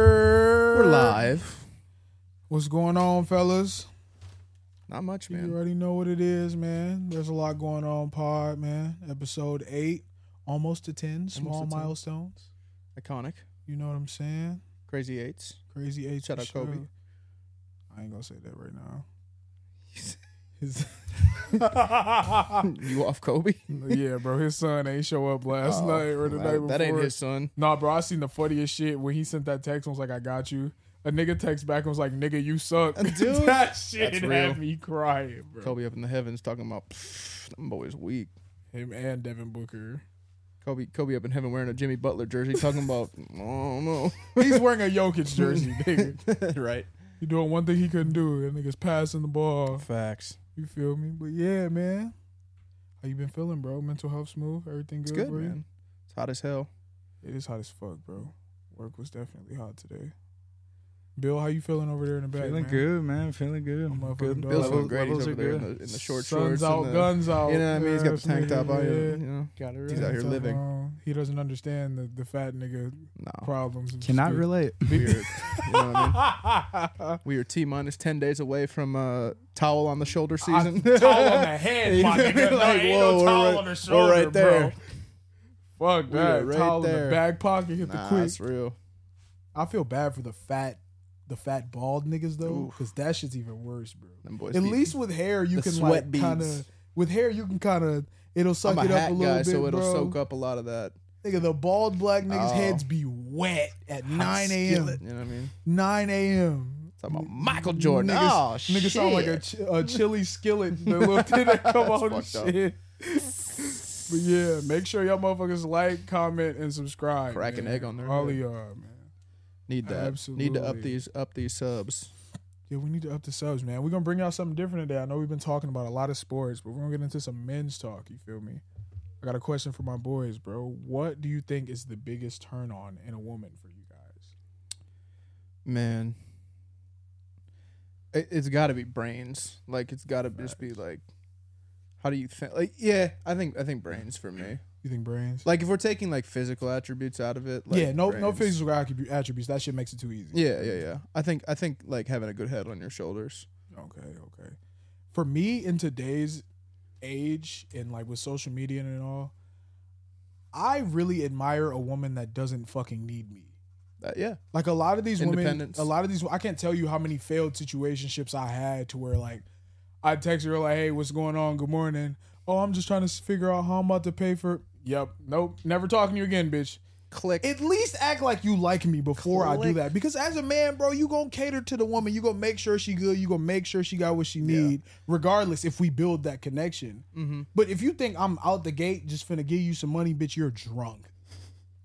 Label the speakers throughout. Speaker 1: You're
Speaker 2: We're live.
Speaker 1: What's going on, fellas?
Speaker 2: Not much,
Speaker 1: You
Speaker 2: man.
Speaker 1: already know what it is, man. There's a lot going on, pod, man. Episode eight, almost to ten, small
Speaker 2: to 10.
Speaker 1: milestones.
Speaker 2: Iconic.
Speaker 1: You know what I'm saying?
Speaker 2: Crazy Eights.
Speaker 1: Crazy eight.
Speaker 2: Shout
Speaker 1: for
Speaker 2: out Kobe.
Speaker 1: sure. I ain't gonna say that right now.
Speaker 2: you off Kobe?
Speaker 1: yeah, bro, his son ain't show up last
Speaker 2: Oh,
Speaker 1: night or the
Speaker 2: that-
Speaker 1: night before.
Speaker 2: That ain't his son.
Speaker 1: Nah, bro, I seen the funniest shit when he sent that text and was like, I got you. A nigga text back and was like, nigga, you suck.
Speaker 2: Dude,
Speaker 1: that shit
Speaker 2: that's real.
Speaker 1: had me crying, bro.
Speaker 2: Kobe up in the heavens talking about "Pfft, them boys weak.
Speaker 1: Him and Devin Booker.
Speaker 2: Kobe, Kobe up in heaven wearing a Jimmy Butler jersey talking about I don't know.
Speaker 1: He's wearing a Jokic jersey, nigga.
Speaker 2: right.
Speaker 1: He doing one thing he couldn't do. That nigga's passing the ball.
Speaker 2: Facts.
Speaker 1: You feel me? But yeah, man. How you been feeling, bro? Mental health smooth? Everything
Speaker 2: It's
Speaker 1: good,
Speaker 2: good,
Speaker 1: bro?
Speaker 2: man. It's hot as hell.
Speaker 1: It is hot as fuck, bro. Work was definitely hot today. Bill, how you feeling over there in the back?
Speaker 3: Feeling
Speaker 1: man?
Speaker 3: good, man. Feeling good.
Speaker 1: I'm up
Speaker 3: good.
Speaker 1: and down.
Speaker 2: Bill's
Speaker 1: Levels-
Speaker 2: feeling great. He's
Speaker 3: levels
Speaker 2: over
Speaker 3: are
Speaker 2: there in
Speaker 3: good.
Speaker 2: the, in the short
Speaker 1: Sun's
Speaker 2: shorts.
Speaker 1: out,
Speaker 2: and the,
Speaker 1: guns out.
Speaker 2: you know what I mean? He's got the tank top on.
Speaker 1: Yeah.
Speaker 2: You know, he's out here
Speaker 1: Tank top
Speaker 2: living.
Speaker 1: on. um, He doesn't understand the, the fat nigga
Speaker 2: No.
Speaker 1: problems. and
Speaker 3: Cannot
Speaker 1: shit.
Speaker 3: relate.
Speaker 2: Weird. you know what I mean? We are T minus ten days away from uh, towel on the shoulder season.
Speaker 1: towel on the head, my nigga. No,
Speaker 2: Like,
Speaker 1: ain't no
Speaker 2: whoa, we're
Speaker 1: towel
Speaker 2: right-
Speaker 1: on the
Speaker 2: we're
Speaker 1: shoulder,
Speaker 2: right there.
Speaker 1: bro. Fuck
Speaker 2: We
Speaker 1: that.
Speaker 2: are right
Speaker 1: towel in
Speaker 2: there.
Speaker 1: the back pocket. Hit
Speaker 2: nah,
Speaker 1: the quick.
Speaker 2: that's real.
Speaker 1: I feel bad for the fat, the fat bald niggas though, because that shit's even worse, bro.
Speaker 2: Them boys
Speaker 1: At
Speaker 2: be-
Speaker 1: least with hair you
Speaker 2: The
Speaker 1: can
Speaker 2: sweat
Speaker 1: like
Speaker 2: beads.
Speaker 1: kind of. With hair you can kind of. It'll suck
Speaker 2: I'm a
Speaker 1: it up
Speaker 2: hat
Speaker 1: a little
Speaker 2: guy,
Speaker 1: bit,
Speaker 2: so it'll
Speaker 1: bro.
Speaker 2: soak up a lot of that.
Speaker 1: Nigga, the bald black niggas'
Speaker 2: Oh.
Speaker 1: heads be wet at 9 a.m.
Speaker 2: You know what I mean?
Speaker 1: 9 a.m.
Speaker 2: Talking about Michael Jordan.
Speaker 1: Niggas,
Speaker 2: oh,
Speaker 1: niggas
Speaker 2: shit.
Speaker 1: sound like a, ch- a chili skillet. The little thing that come
Speaker 2: That's
Speaker 1: on and
Speaker 2: fucked up.
Speaker 1: shit. but yeah, make sure y'all motherfuckers like, comment, and subscribe.
Speaker 2: Crack an
Speaker 1: man.
Speaker 2: egg on there,
Speaker 1: All
Speaker 2: yeah.
Speaker 1: of y'all, man.
Speaker 2: need that. Need to up
Speaker 1: Absolutely.
Speaker 2: these up these subs.
Speaker 1: Yeah, we need to up the subs, man. We're gonna bring y'all something different today. I know we've been talking about a lot of sports, but we're gonna get into some men's talk. You feel me? I got a question for my boys, bro. What do you think is the biggest turn on in a woman for you guys?
Speaker 2: Man, it, it's got to be brains. Like it's got to just be like, how do you think? Like yeah, I think I think brains for me.
Speaker 1: You think brains?
Speaker 2: Like if we're taking like physical attributes out of it. Like
Speaker 1: yeah, no, no
Speaker 2: brains.
Speaker 1: physical attribute- attributes. That shit makes it too easy.
Speaker 2: Yeah, yeah, yeah. I think I think like having a good head on your shoulders.
Speaker 1: Okay, okay. For me, in today's age and like with social media and all, I really admire a woman that doesn't fucking need me.
Speaker 2: That, Uh, yeah,
Speaker 1: Like a lot of these women,
Speaker 2: Independence.
Speaker 1: a lot of these, I can't tell you how many failed situationships I had to where like I text her like, "Hey, what's going on? Good morning. Oh, I'm just trying to figure out how I'm about to pay for." Yep, nope, never talking to you again, bitch.
Speaker 2: click.
Speaker 1: At least act like you like me before I do
Speaker 2: Click.
Speaker 1: that. Because as a man, bro, you gonna cater to the woman. You gonna make sure she good. You gonna make sure she got what she need, regardless if we build that connection.
Speaker 2: mm-hmm.
Speaker 1: But if you think I'm out the gate just finna give you some money, bitch, you're drunk.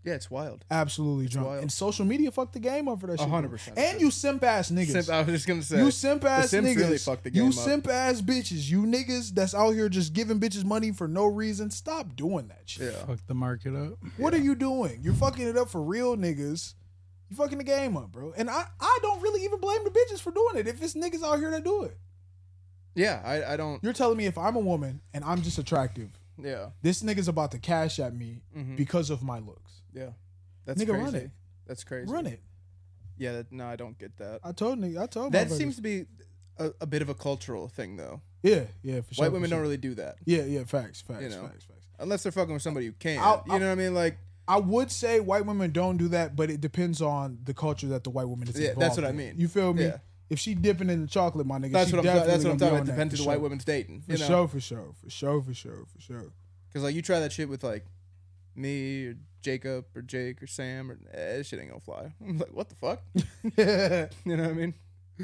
Speaker 2: Yeah, it's wild.
Speaker 1: Absolutely drunk.
Speaker 2: wild.
Speaker 1: And social media fucked the game up for that shit. bro.
Speaker 2: 100%.
Speaker 1: And you simp ass niggas.
Speaker 2: Simp- I was just gonna say
Speaker 1: you simp ass
Speaker 2: Sims
Speaker 1: niggas.
Speaker 2: really fucked the
Speaker 1: you
Speaker 2: game up.
Speaker 1: simp ass bitches. You niggas that's out here just giving bitches money for no reason. Stop doing that shit.
Speaker 2: Yeah.
Speaker 3: Fuck the market up.
Speaker 1: What are you doing? You're fucking it up for real niggas. You fucking the game up, bro. And I, I don't really even blame the bitches for doing it. If it's niggas out here that do it.
Speaker 2: Yeah, I, I don't.
Speaker 1: You're telling me if I'm a woman and I'm just attractive,
Speaker 2: Yeah,
Speaker 1: this nigga's about to cash at me
Speaker 2: Mhm.
Speaker 1: because of my looks.
Speaker 2: yeah. That's
Speaker 1: Nigga,
Speaker 2: crazy.
Speaker 1: run it.
Speaker 2: That's crazy.
Speaker 1: Run it.
Speaker 2: Yeah, that, no, I don't get that.
Speaker 1: I told nigga, I told
Speaker 2: that
Speaker 1: motherfuckers.
Speaker 2: seems to be a, a bit of a cultural thing, though.
Speaker 1: Yeah, yeah, for sure.
Speaker 2: White
Speaker 1: for
Speaker 2: women
Speaker 1: sure.
Speaker 2: don't really do that
Speaker 1: Yeah, yeah, facts, facts,
Speaker 2: You know.
Speaker 1: facts, facts.
Speaker 2: unless they're fucking with somebody who can't.
Speaker 1: I'll-
Speaker 2: you know what I mean? Like,
Speaker 1: I would say white women don't do that, but it depends on the culture that the white woman is
Speaker 2: Yeah,
Speaker 1: involved.
Speaker 2: that's what I
Speaker 1: in.
Speaker 2: mean.
Speaker 1: You feel me?
Speaker 2: Yeah.
Speaker 1: If she dipping in the chocolate, my nigga,
Speaker 2: that's
Speaker 1: she
Speaker 2: what I'm. ta-
Speaker 1: definitely
Speaker 2: That's what I'm talking
Speaker 1: gonna
Speaker 2: about.
Speaker 1: be on
Speaker 2: Depends
Speaker 1: that, for
Speaker 2: who the white
Speaker 1: sure.
Speaker 2: women's dating.
Speaker 1: For
Speaker 2: You know,
Speaker 1: sure, for sure, for sure, for sure, for sure.
Speaker 2: because like you try that shit with like me or Jacob or Jake or Sam or eh, this shit ain't gonna fly. I'm like, what the fuck? you know what I mean?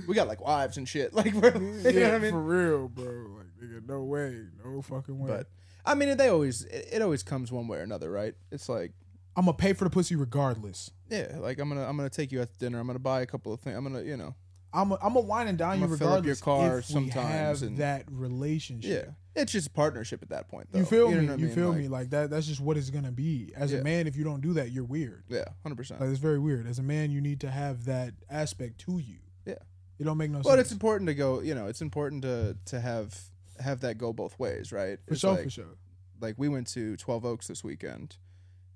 Speaker 2: We got like wives and shit. Like, we're, you know what I mean?
Speaker 1: for real, bro. Like, nigga, no way, no fucking way.
Speaker 2: But I mean, they always it, it always comes one way or another, right? It's like
Speaker 1: I'm gonna pay for the pussy regardless.
Speaker 2: yeah, like I'm gonna I'm gonna take you out to dinner. I'm gonna buy a couple of things. I'm gonna you know
Speaker 1: I'm a, I'm a wine and dine
Speaker 2: I'm
Speaker 1: you
Speaker 2: gonna fill up your
Speaker 1: regardless.
Speaker 2: car
Speaker 1: if we
Speaker 2: sometimes
Speaker 1: have
Speaker 2: and-
Speaker 1: that
Speaker 2: yeah.
Speaker 1: relationship.
Speaker 2: It's just a partnership at that point, though.
Speaker 1: you feel
Speaker 2: know
Speaker 1: me?
Speaker 2: what I
Speaker 1: you
Speaker 2: mean?
Speaker 1: feel
Speaker 2: Like,
Speaker 1: me? Like that. That's just what it's gonna be. As
Speaker 2: Yeah.
Speaker 1: a man, if you don't do that, you're weird.
Speaker 2: Yeah, hundred percent.
Speaker 1: Like it's very weird. As a man, you need to have that aspect to you.
Speaker 2: Yeah.
Speaker 1: It don't make no
Speaker 2: But it's
Speaker 1: sense.
Speaker 2: important to go. You know, it's important to to have have that go both ways, right?
Speaker 1: for
Speaker 2: It's
Speaker 1: sure,
Speaker 2: like,
Speaker 1: for sure.
Speaker 2: Like we went to Twelve Oaks this weekend,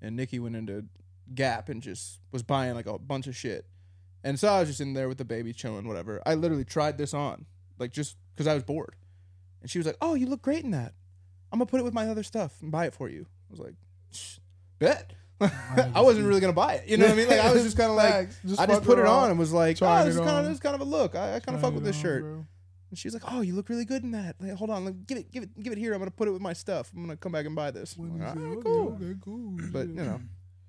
Speaker 2: and Nikki went into Gap and just was buying like a bunch of shit. And so I was just in there with the baby chilling, whatever. I literally tried this on, like just because I was bored. And she was like, "Oh, you look great in that. I'm gonna put it with my other stuff and buy it for you." I was like, "Shh, "Bet." I wasn't really gonna buy it. You know what I mean? Like I was just kind of like,
Speaker 1: Facts.
Speaker 2: I just
Speaker 1: fuck
Speaker 2: put it
Speaker 1: around.
Speaker 2: on and was like,
Speaker 1: Tried
Speaker 2: "Oh, this
Speaker 1: it
Speaker 2: is kind
Speaker 1: on.
Speaker 2: of this is kind of a look. I, I kind of fuck
Speaker 1: Tried
Speaker 2: with
Speaker 1: it
Speaker 2: this
Speaker 1: on,
Speaker 2: shirt."
Speaker 1: bro.
Speaker 2: And she's like, "Oh, you look really good in that. Like, hold on, like, give it, give it, give it here. I'm gonna put it with my stuff. I'm gonna come back and buy this." I'm
Speaker 1: When
Speaker 2: like,
Speaker 1: you say,
Speaker 2: "All right,
Speaker 1: okay,
Speaker 2: cool.
Speaker 1: okay, cool.
Speaker 2: But
Speaker 1: yeah.
Speaker 2: you know,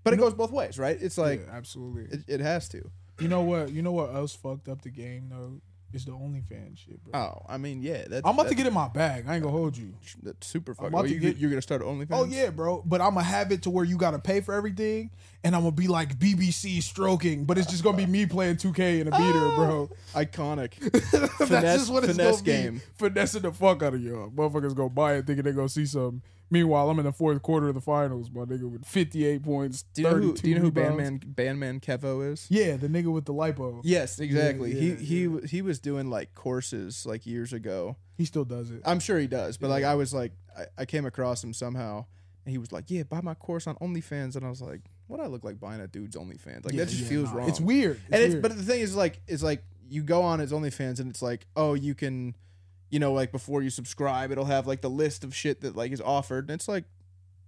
Speaker 2: but it goes both ways, right? It's like
Speaker 1: Yeah, absolutely.
Speaker 2: it, it has to.
Speaker 1: You know what? You know what else fucked up the game though? Is the OnlyFans shit, bro.
Speaker 2: Oh, I mean, yeah. That's,
Speaker 1: I'm about to
Speaker 2: that's-
Speaker 1: get in my bag. I ain't gonna hold you.
Speaker 2: that's super fucking.
Speaker 1: about
Speaker 2: Oh,
Speaker 1: to
Speaker 2: you,
Speaker 1: get-
Speaker 2: you're gonna start OnlyFans?
Speaker 1: Oh yeah, bro. But I'm gonna have it to where you gotta pay for everything, and I'm gonna be like BBC stroking, but it's just gonna be me playing 2K in a beater, bro.
Speaker 2: iconic.
Speaker 1: Ah. That's just what it's
Speaker 2: finesse
Speaker 1: gonna
Speaker 2: game.
Speaker 1: be. Finessing the fuck out of y'all. Motherfuckers go buy it thinking they gonna see something. Meanwhile, I'm in the fourth quarter of the finals, my nigga, with 58 points.
Speaker 2: Do you know who?
Speaker 1: 32
Speaker 2: Do you know who
Speaker 1: rebounds.
Speaker 2: Bandman Bandman Kevo is?
Speaker 1: Yeah, the nigga with the lipo.
Speaker 2: Yes, exactly.
Speaker 1: yeah,
Speaker 2: he he w he was doing like courses like years ago.
Speaker 1: He still does it.
Speaker 2: I'm sure he does, but like I was like I, I came across him somehow, and he was like, "Yeah, buy my course on OnlyFans," and I was like, "What I look like buying a dude's OnlyFans? Like
Speaker 1: Yeah,
Speaker 2: that just
Speaker 1: yeah,
Speaker 2: feels
Speaker 1: nah.
Speaker 2: wrong."
Speaker 1: It's weird. It's
Speaker 2: and it's
Speaker 1: weird.
Speaker 2: but the thing is like it's like you go on his OnlyFans and it's like oh you can, you know like before you subscribe it'll have like the list of shit that like is offered and it's like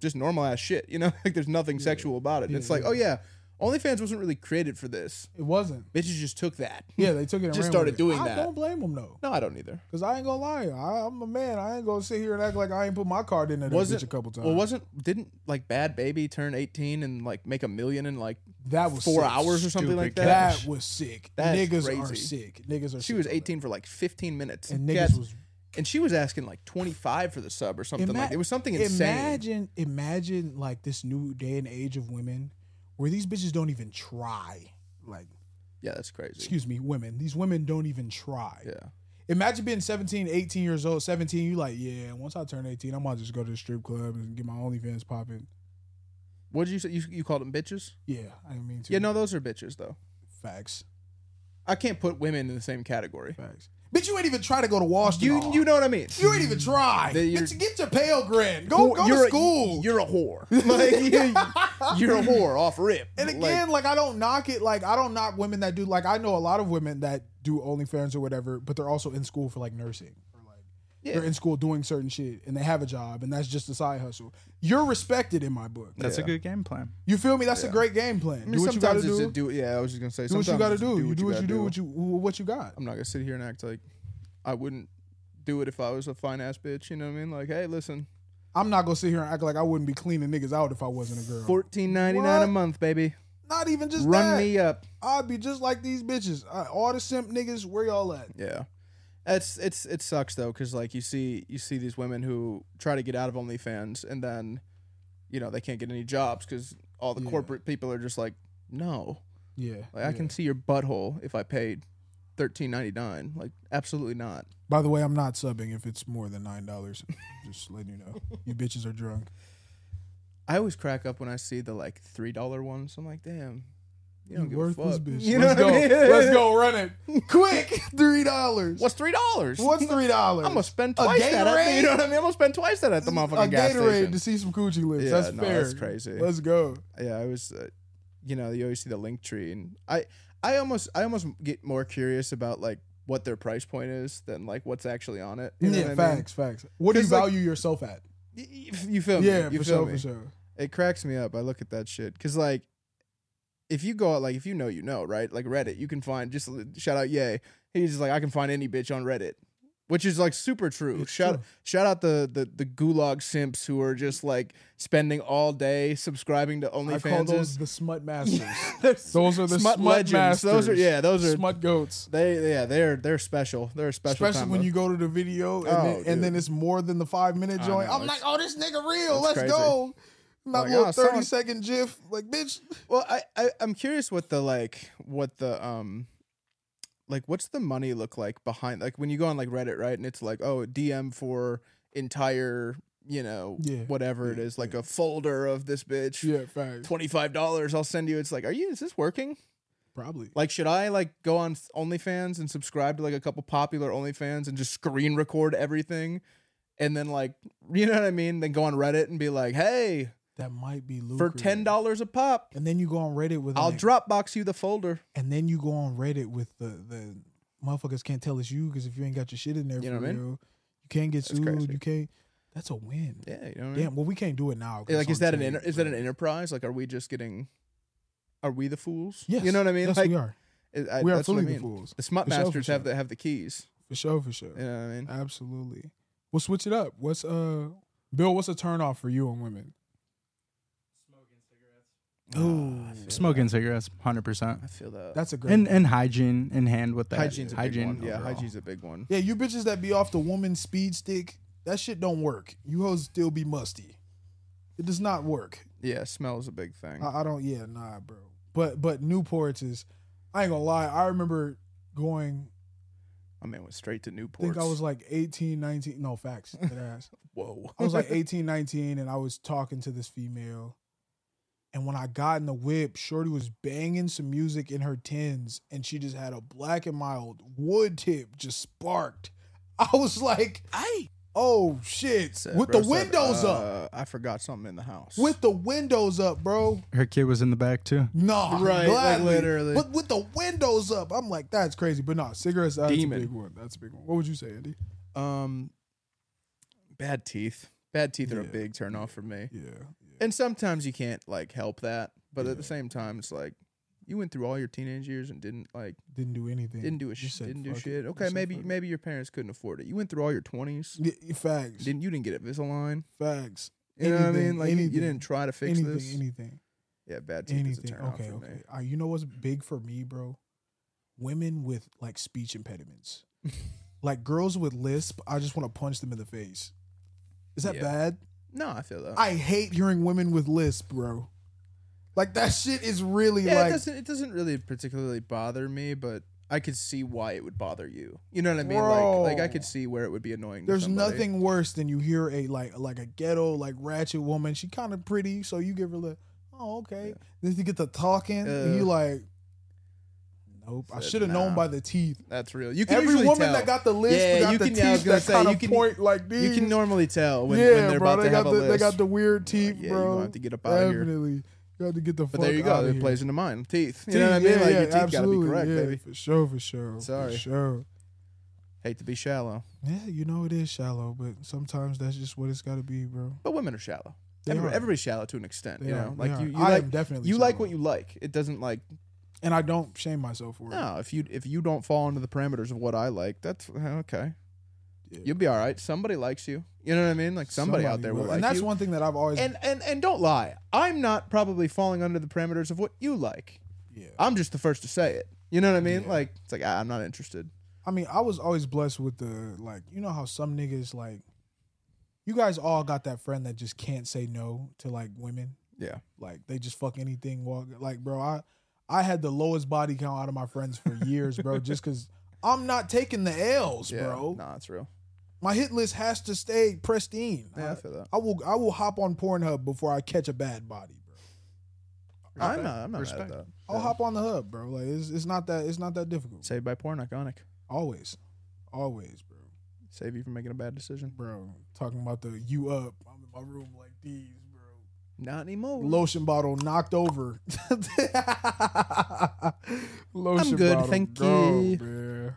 Speaker 2: just normal ass shit you know like there's nothing sexual about it. And
Speaker 1: Yeah,
Speaker 2: it's like
Speaker 1: yeah.
Speaker 2: oh yeah, OnlyFans wasn't really created for this.
Speaker 1: it wasn't.
Speaker 2: Bitches just took that.
Speaker 1: Yeah, they took it and
Speaker 2: Just
Speaker 1: ran
Speaker 2: started
Speaker 1: with it.
Speaker 2: doing
Speaker 1: I
Speaker 2: that.
Speaker 1: don't blame them though,
Speaker 2: No, I don't either.
Speaker 1: because I ain't gonna lie. I, I'm a man. I ain't gonna sit here and act like I ain't put my card in there that
Speaker 2: Wasn't-
Speaker 1: bitch a couple times.
Speaker 2: Well, wasn't didn't like Bad Baby turn 18 and like make a million and like
Speaker 1: that was
Speaker 2: four
Speaker 1: sick.
Speaker 2: hours or something like
Speaker 3: Stupid
Speaker 2: that?
Speaker 1: That was sick.
Speaker 2: That's
Speaker 1: Niggas are
Speaker 2: crazy.
Speaker 1: sick. Niggas are.
Speaker 2: She
Speaker 1: sick
Speaker 2: was
Speaker 1: on that.
Speaker 2: 18 for like 15 minutes,
Speaker 1: and niggas
Speaker 2: Cats-
Speaker 1: was
Speaker 2: and she was asking like 25 for the sub or something.
Speaker 1: Ima-
Speaker 2: like it was something insane.
Speaker 1: Imagine, imagine like this new day and age of women where these bitches don't even try. Like,
Speaker 2: yeah, that's crazy.
Speaker 1: excuse me, women. These women don't even try.
Speaker 2: Yeah,
Speaker 1: Imagine being 17, 18 years old, 17, you like, yeah, once I turn 18, I'm gonna just go to the strip club and get my OnlyFans popping.
Speaker 2: what did you say? You, you called them bitches?
Speaker 1: Yeah, I didn't mean to.
Speaker 2: Yeah, no, those are bitches though.
Speaker 1: Facts.
Speaker 2: I can't put women in the same category.
Speaker 1: Facts. Bitch, you ain't even try to go to Washington.
Speaker 2: You you know what I mean?
Speaker 1: you ain't even try.
Speaker 2: That you're-
Speaker 1: Bitch, get your pale grin. Go, go
Speaker 2: You're
Speaker 1: to
Speaker 2: a-
Speaker 1: school.
Speaker 2: You're a whore. Like you, are a whore off rip.
Speaker 1: And
Speaker 2: Like,
Speaker 1: again, like, I don't knock it. Like I don't knock women that do. Like I know a lot of women that do OnlyFans or whatever, but they're also in school for like nursing or like
Speaker 2: yeah,
Speaker 1: they're in school doing certain shit and they have a job and that's just a side hustle. You're respected in my book.
Speaker 3: That's
Speaker 2: Yeah.
Speaker 3: a good game plan.
Speaker 1: You feel me? That's a
Speaker 2: Yeah.
Speaker 1: great game plan.
Speaker 2: I mean,
Speaker 1: do what you gotta
Speaker 2: sometimes it's a
Speaker 1: do.
Speaker 2: do. Yeah, I was just gonna say.
Speaker 1: Do what you
Speaker 2: sometimes
Speaker 1: gotta
Speaker 2: it's a
Speaker 1: do. You do what
Speaker 2: gotta
Speaker 1: you do. What you what you got.
Speaker 2: I'm not gonna sit here and act like I wouldn't do it if I was a fine ass bitch. You know what I mean? Like, hey, listen,
Speaker 1: I'm not gonna sit here and act like I wouldn't be cleaning niggas out if I wasn't a girl.
Speaker 2: fourteen ninety nine a
Speaker 1: What?
Speaker 2: month, baby.
Speaker 1: not even just
Speaker 2: Run
Speaker 1: that.
Speaker 2: me up.
Speaker 1: I'd be just like these bitches. I, all the simp niggas, where y'all at?
Speaker 2: Yeah, it's it's it sucks though, cause like you see you see these women who try to get out of OnlyFans and then, you know, they can't get any jobs because all the
Speaker 1: Yeah.
Speaker 2: corporate people are just like, no,
Speaker 1: Yeah,
Speaker 2: like I can see your butthole if I paid thirteen ninety nine. Like, absolutely not.
Speaker 1: By the way, I'm not subbing if it's more than nine dollars. Just letting you know, you bitches are drunk.
Speaker 2: I always crack up when I see the like three dollar ones. I'm like, damn, you don't
Speaker 1: You
Speaker 2: give a
Speaker 1: worthless
Speaker 2: fuck.
Speaker 1: bitch.
Speaker 2: You know
Speaker 1: Let's
Speaker 2: what
Speaker 1: go.
Speaker 2: I mean?
Speaker 1: Let's go. Run it quick. Three dollars.
Speaker 2: What's three dollars?
Speaker 1: What's three dollars?
Speaker 2: I'm gonna spend
Speaker 1: A
Speaker 2: twice that. At the,
Speaker 1: Gatorade?
Speaker 2: you know what I mean? I'm gonna spend twice that at the motherfucking
Speaker 1: a
Speaker 2: gas
Speaker 1: Gatorade
Speaker 2: station.
Speaker 1: to see some coochie lips.
Speaker 2: Yeah,
Speaker 1: that's
Speaker 2: no,
Speaker 1: fair.
Speaker 2: that's crazy.
Speaker 1: Let's go.
Speaker 2: yeah, I was, uh, you know, you always see the link tree, and I, I almost, I almost get more curious about like what their price point is than like what's actually on it. You know
Speaker 1: yeah,
Speaker 2: what I mean?
Speaker 1: facts, facts. What do you
Speaker 2: 'Cause, like-
Speaker 1: value yourself at?
Speaker 2: Y- y- You feel me?
Speaker 1: Yeah,
Speaker 2: you
Speaker 1: for
Speaker 2: feel
Speaker 1: sure,
Speaker 2: me?
Speaker 1: for sure.
Speaker 2: It cracks me up. I look at that shit because like. If you go out, like if you know, you know, right? Like Reddit, you can find just shout out, yay. He's just like, I can find any bitch on Reddit, which is like super true.
Speaker 1: It's
Speaker 2: shout
Speaker 1: true.
Speaker 2: shout out the, the the gulag simps who are just like spending all day subscribing to
Speaker 1: I call those
Speaker 2: OnlyFans.
Speaker 1: the smut masters.
Speaker 2: Those
Speaker 1: Those are the smut, masters.
Speaker 2: Those are yeah. Those are
Speaker 1: smut goats.
Speaker 2: they yeah. They're they're special. They're a special.
Speaker 1: Especially when you go to the video and,
Speaker 2: Oh,
Speaker 1: then, and then
Speaker 2: dude.
Speaker 1: it's more than the five minute
Speaker 2: I
Speaker 1: joint.
Speaker 2: know,
Speaker 1: I'm like,
Speaker 2: it's-
Speaker 1: oh, this nigga real. Let's
Speaker 2: it's crazy.
Speaker 1: go. Not
Speaker 2: Like,
Speaker 1: little
Speaker 2: oh,
Speaker 1: thirty
Speaker 2: someone-
Speaker 1: second gif. Like, bitch.
Speaker 2: Well, I, I I'm curious what the like what the um like what's the money look like behind like when you go on like Reddit right and it's like oh DM for entire you know
Speaker 1: Yeah,
Speaker 2: whatever it
Speaker 1: yeah,
Speaker 2: is like a folder of this bitch.
Speaker 1: Yeah, facts.
Speaker 2: Twenty five dollars, I'll send you. It's like, are you? Is this working?
Speaker 1: Probably.
Speaker 2: Like, should I like go on OnlyFans and subscribe to like a couple popular OnlyFans and just screen record everything, and then like, you know what I mean? Then go on Reddit and be like, hey,
Speaker 1: that might be
Speaker 2: for
Speaker 1: lucrative.
Speaker 2: ten dollars a pop.
Speaker 1: And then you go on Reddit with
Speaker 2: I'll
Speaker 1: like-
Speaker 2: Dropbox you the folder.
Speaker 1: and then you go on Reddit with the the motherfuckers can't tell it's you because if you ain't got your shit in there,
Speaker 2: You
Speaker 1: for
Speaker 2: know what I mean?
Speaker 1: real, you can't get
Speaker 2: That's
Speaker 1: sued.
Speaker 2: crazy.
Speaker 1: You can't. That's a win.
Speaker 2: Yeah, you know what I mean.
Speaker 1: Damn. Well, we can't do it now. 'cause
Speaker 2: like,
Speaker 1: it's
Speaker 2: is
Speaker 1: on
Speaker 2: that an
Speaker 1: tape,
Speaker 2: enter- is that
Speaker 1: but-
Speaker 2: an enterprise? Like, are we just getting? Are we the fools?
Speaker 1: Yes.
Speaker 2: You know what I mean?
Speaker 1: Yes,
Speaker 2: like,
Speaker 1: we are.
Speaker 2: it- I-
Speaker 1: we are
Speaker 2: that's what I
Speaker 1: fully the
Speaker 2: mean.
Speaker 1: fools
Speaker 2: The smart
Speaker 1: For sure, for
Speaker 2: masters have
Speaker 1: sure.
Speaker 2: the have the keys.
Speaker 1: for sure. For sure.
Speaker 2: You know what I mean?
Speaker 1: Absolutely. We'll switch it up. What's uh, Bill? What's a turn off for you and women?
Speaker 2: Ah, I feel
Speaker 3: Smoking cigarettes, hundred percent.
Speaker 2: that. I feel that.
Speaker 1: That's a great.
Speaker 3: And and hygiene in hand with that.
Speaker 2: hygiene's a
Speaker 3: hygiene.
Speaker 2: big one. Yeah,
Speaker 3: overall.
Speaker 2: hygiene's a big one.
Speaker 1: yeah, you bitches that be off the woman speed stick, that shit don't work. You hoes still be musty. It does not work.
Speaker 2: Yeah, smell is a big thing.
Speaker 1: I, I don't. Yeah, nah, bro. But but Newports is. I ain't gonna lie. I remember going.
Speaker 2: I mean, went straight to
Speaker 1: I think
Speaker 2: Newport.
Speaker 1: I was like 18, 19. No facts. dead ass.
Speaker 2: whoa.
Speaker 1: I was like 18, 19, and I was talking to this female. And when I got in the whip, Shorty was banging some music in her tins, and she just had a black and mild wood tip just sparked. I was like,
Speaker 2: Hey.
Speaker 1: "Oh shit!"
Speaker 2: Said,
Speaker 1: with
Speaker 2: bro,
Speaker 1: the
Speaker 2: said,
Speaker 1: windows up,
Speaker 2: uh, I forgot something in the house.
Speaker 1: with the windows up, bro.
Speaker 3: Her kid was in the back too.
Speaker 1: No,
Speaker 2: Right, like,
Speaker 1: gladly.
Speaker 2: literally.
Speaker 1: But with the windows up, I'm like, that's crazy. But no, cigarettes. That's
Speaker 2: Demon.
Speaker 1: a big one. That's a big one. What would you say, Andy?
Speaker 2: um, bad teeth. Bad teeth are a
Speaker 1: Yeah.
Speaker 2: big turn off for me.
Speaker 1: Yeah,
Speaker 2: And sometimes you can't like help that, but at the same time, it's like you went through all your teenage years and didn't like
Speaker 1: didn't do anything.
Speaker 2: didn't do a
Speaker 1: Just
Speaker 2: sh-
Speaker 1: said,
Speaker 2: didn't do
Speaker 1: "Fuck it."
Speaker 2: shit.
Speaker 1: You
Speaker 2: Okay,
Speaker 1: said,
Speaker 2: maybe
Speaker 1: "Fuck it."
Speaker 2: maybe your parents couldn't afford it. You went through all your twenties.
Speaker 1: Yeah, facts.
Speaker 2: Didn't you didn't get Invisalign?
Speaker 1: facts.
Speaker 2: You know what I
Speaker 1: Anything,
Speaker 2: mean? Like you- you
Speaker 1: anything,
Speaker 2: didn't try to fix
Speaker 1: anything,
Speaker 2: this.
Speaker 1: anything,
Speaker 2: Yeah, bad teeth is a
Speaker 1: anything.
Speaker 2: turn off
Speaker 1: Okay,
Speaker 2: for
Speaker 1: okay. Uh, you know what's big for me, bro? Women with like speech impediments,
Speaker 2: me.
Speaker 1: like girls with lisp. I just want to punch them in the face. Is that
Speaker 2: Yeah. Uh,
Speaker 1: bad?
Speaker 2: no, I feel that.
Speaker 1: I hate hearing women with lisp, bro. Like that shit is really
Speaker 2: yeah,
Speaker 1: like
Speaker 2: it doesn't it doesn't really particularly bother me, but I could see why it would bother you. You know what I mean? Like like I
Speaker 1: Bro.
Speaker 2: could see where it would be annoying. to
Speaker 1: There's
Speaker 2: somebody.
Speaker 1: nothing worse than you hear a like like a ghetto like ratchet woman. She kind of pretty, so you give her the oh okay. Then you get to talking, and
Speaker 2: Uh,
Speaker 1: you like, nope. I
Speaker 2: Said
Speaker 1: should have known
Speaker 2: nah.
Speaker 1: by the teeth.
Speaker 2: That's real. You can
Speaker 1: Every
Speaker 2: usually
Speaker 1: woman
Speaker 2: tell.
Speaker 1: that got the list,
Speaker 2: Yeah,
Speaker 1: got
Speaker 2: you
Speaker 1: the
Speaker 2: can- yeah, I was
Speaker 1: teeth
Speaker 2: gonna
Speaker 1: that
Speaker 2: say,
Speaker 1: kind
Speaker 2: you
Speaker 1: of
Speaker 2: can-
Speaker 1: point like these.
Speaker 2: you can normally tell when,
Speaker 1: yeah,
Speaker 2: when they're
Speaker 1: bro,
Speaker 2: about
Speaker 1: they
Speaker 2: to have
Speaker 1: got
Speaker 2: a
Speaker 1: the
Speaker 2: list.
Speaker 1: they got the weird
Speaker 2: You're
Speaker 1: teeth,
Speaker 2: like, yeah,
Speaker 1: bro.
Speaker 2: You're gonna have to get up out of here.
Speaker 1: Definitely, you got to get the.
Speaker 2: But
Speaker 1: fuck
Speaker 2: there you
Speaker 1: outta
Speaker 2: go. It
Speaker 1: here.
Speaker 2: plays into mine. Teeth. You
Speaker 1: Teeth,
Speaker 2: know what I mean?
Speaker 1: yeah,
Speaker 2: like
Speaker 1: yeah,
Speaker 2: your teeth gotta be
Speaker 1: absolutely,
Speaker 2: correct,
Speaker 1: yeah,
Speaker 2: baby.
Speaker 1: For sure, for sure.
Speaker 2: Sorry.
Speaker 1: for sure.
Speaker 2: Hate to be shallow,
Speaker 1: Yeah, you know it is shallow, but sometimes that's just what it's got to be, bro.
Speaker 2: but women are shallow.
Speaker 1: They
Speaker 2: Every-
Speaker 1: are.
Speaker 2: Everybody's shallow to an extent.
Speaker 1: They
Speaker 2: you
Speaker 1: are,
Speaker 2: know,
Speaker 1: they
Speaker 2: like
Speaker 1: are.
Speaker 2: you, you
Speaker 1: I
Speaker 2: like
Speaker 1: am definitely
Speaker 2: you like
Speaker 1: shallow.
Speaker 2: what you like. It doesn't like
Speaker 1: and I don't shame myself for it.
Speaker 2: no. If you if you don't fall into the parameters of what I like, that's eh, okay.
Speaker 1: Yeah.
Speaker 2: You'll be all right. Somebody likes you. You know what I mean? Like somebody, out there will, like
Speaker 1: and that's
Speaker 2: you.
Speaker 1: one thing that I've always
Speaker 2: and and and don't lie. I'm not probably falling under the parameters of what you like.
Speaker 1: yeah.
Speaker 2: I'm just the first to say it. You know what I mean?
Speaker 1: Yeah.
Speaker 2: Like it's like ah, I'm not interested.
Speaker 1: I mean, I was always blessed with the like, you know how some niggas like, you guys all got that friend that just can't say no to like women,
Speaker 2: Yeah.
Speaker 1: like they just fuck anything. Walk like, bro, I I had the lowest body count out of my friends for years, bro, just because I'm not taking the L's,
Speaker 2: Yeah.
Speaker 1: bro.
Speaker 2: Nah, it's real.
Speaker 1: My hit list has to stay pristine.
Speaker 2: Yeah, I
Speaker 1: I-
Speaker 2: feel that.
Speaker 1: I will I will hop on Pornhub before I catch a bad body, bro.
Speaker 2: I'm not. I'm not mad
Speaker 3: Respect.
Speaker 2: at that.
Speaker 1: I'll hop on the hub, bro. Like it's, it's not that it's not that difficult.
Speaker 2: Saved by porn, iconic.
Speaker 1: Always, always, bro.
Speaker 2: Save you from making a bad decision.
Speaker 1: Bro, talking about the you up. I'm in my room like these, bro.
Speaker 2: Not anymore.
Speaker 1: Lotion bottle knocked over. Lotion
Speaker 2: good,
Speaker 1: bottle
Speaker 2: thank
Speaker 1: gone,
Speaker 2: you.
Speaker 1: Bro.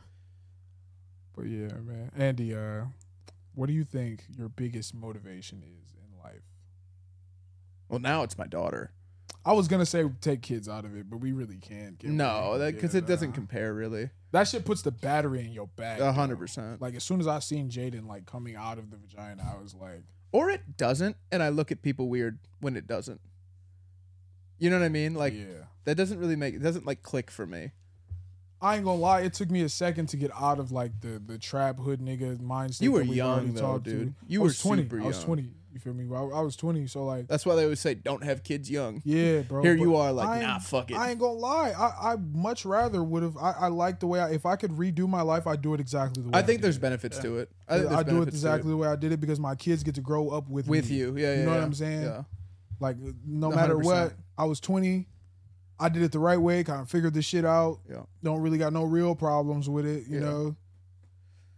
Speaker 1: But yeah, man. Andy, uh, what do you think your biggest motivation is in life?
Speaker 2: Well, now it's my daughter.
Speaker 1: I was gonna say take kids out of it, but we really can't. get
Speaker 2: no,
Speaker 1: rid of
Speaker 2: because it doesn't compare really.
Speaker 1: uh, That shit puts the battery in your back.
Speaker 2: A hundred
Speaker 1: though.
Speaker 2: percent.
Speaker 1: Like as soon as I seen Jaden like coming out of the vagina, I was like,
Speaker 2: Or it doesn't, and I look at people weird when it doesn't. You know what I mean? Like
Speaker 1: yeah.
Speaker 2: that doesn't really make it doesn't like click for me.
Speaker 1: I ain't gonna lie, it took me a second to get out of like the the trap hood nigga mindset.
Speaker 2: You were
Speaker 1: that we
Speaker 2: young
Speaker 1: already
Speaker 2: though,
Speaker 1: talked to.
Speaker 2: dude.
Speaker 1: I
Speaker 2: You were
Speaker 1: was twenty.
Speaker 2: super
Speaker 1: I was
Speaker 2: young.
Speaker 1: twenty. You feel me? I, I was twenty, so like,
Speaker 2: That's why they always say don't have kids young.
Speaker 1: yeah, bro.
Speaker 2: Here
Speaker 1: but
Speaker 2: you are, like
Speaker 1: I ain't-
Speaker 2: nah, fuck it.
Speaker 1: I ain't gonna lie. I, I much rather would have. I, I like the way I, if I could redo my life, I'd do it exactly the way
Speaker 2: I
Speaker 1: I,
Speaker 2: think
Speaker 1: did
Speaker 2: there's
Speaker 1: it.
Speaker 2: benefits to it. I think
Speaker 1: I,
Speaker 2: there's
Speaker 1: I do it
Speaker 2: benefits to
Speaker 1: exactly the way I did it because my kids get to grow up with
Speaker 2: with
Speaker 1: me.
Speaker 2: you. Yeah, yeah.
Speaker 1: Mm. know what
Speaker 2: yeah.
Speaker 1: I'm saying?
Speaker 2: Yeah.
Speaker 1: Like uh, no matter what,
Speaker 2: 100%.
Speaker 1: I was 20. I did it the right way, kind of figured this shit out.
Speaker 2: Yeah.
Speaker 1: Don't really got no real problems with it, you
Speaker 2: Yeah.
Speaker 1: know.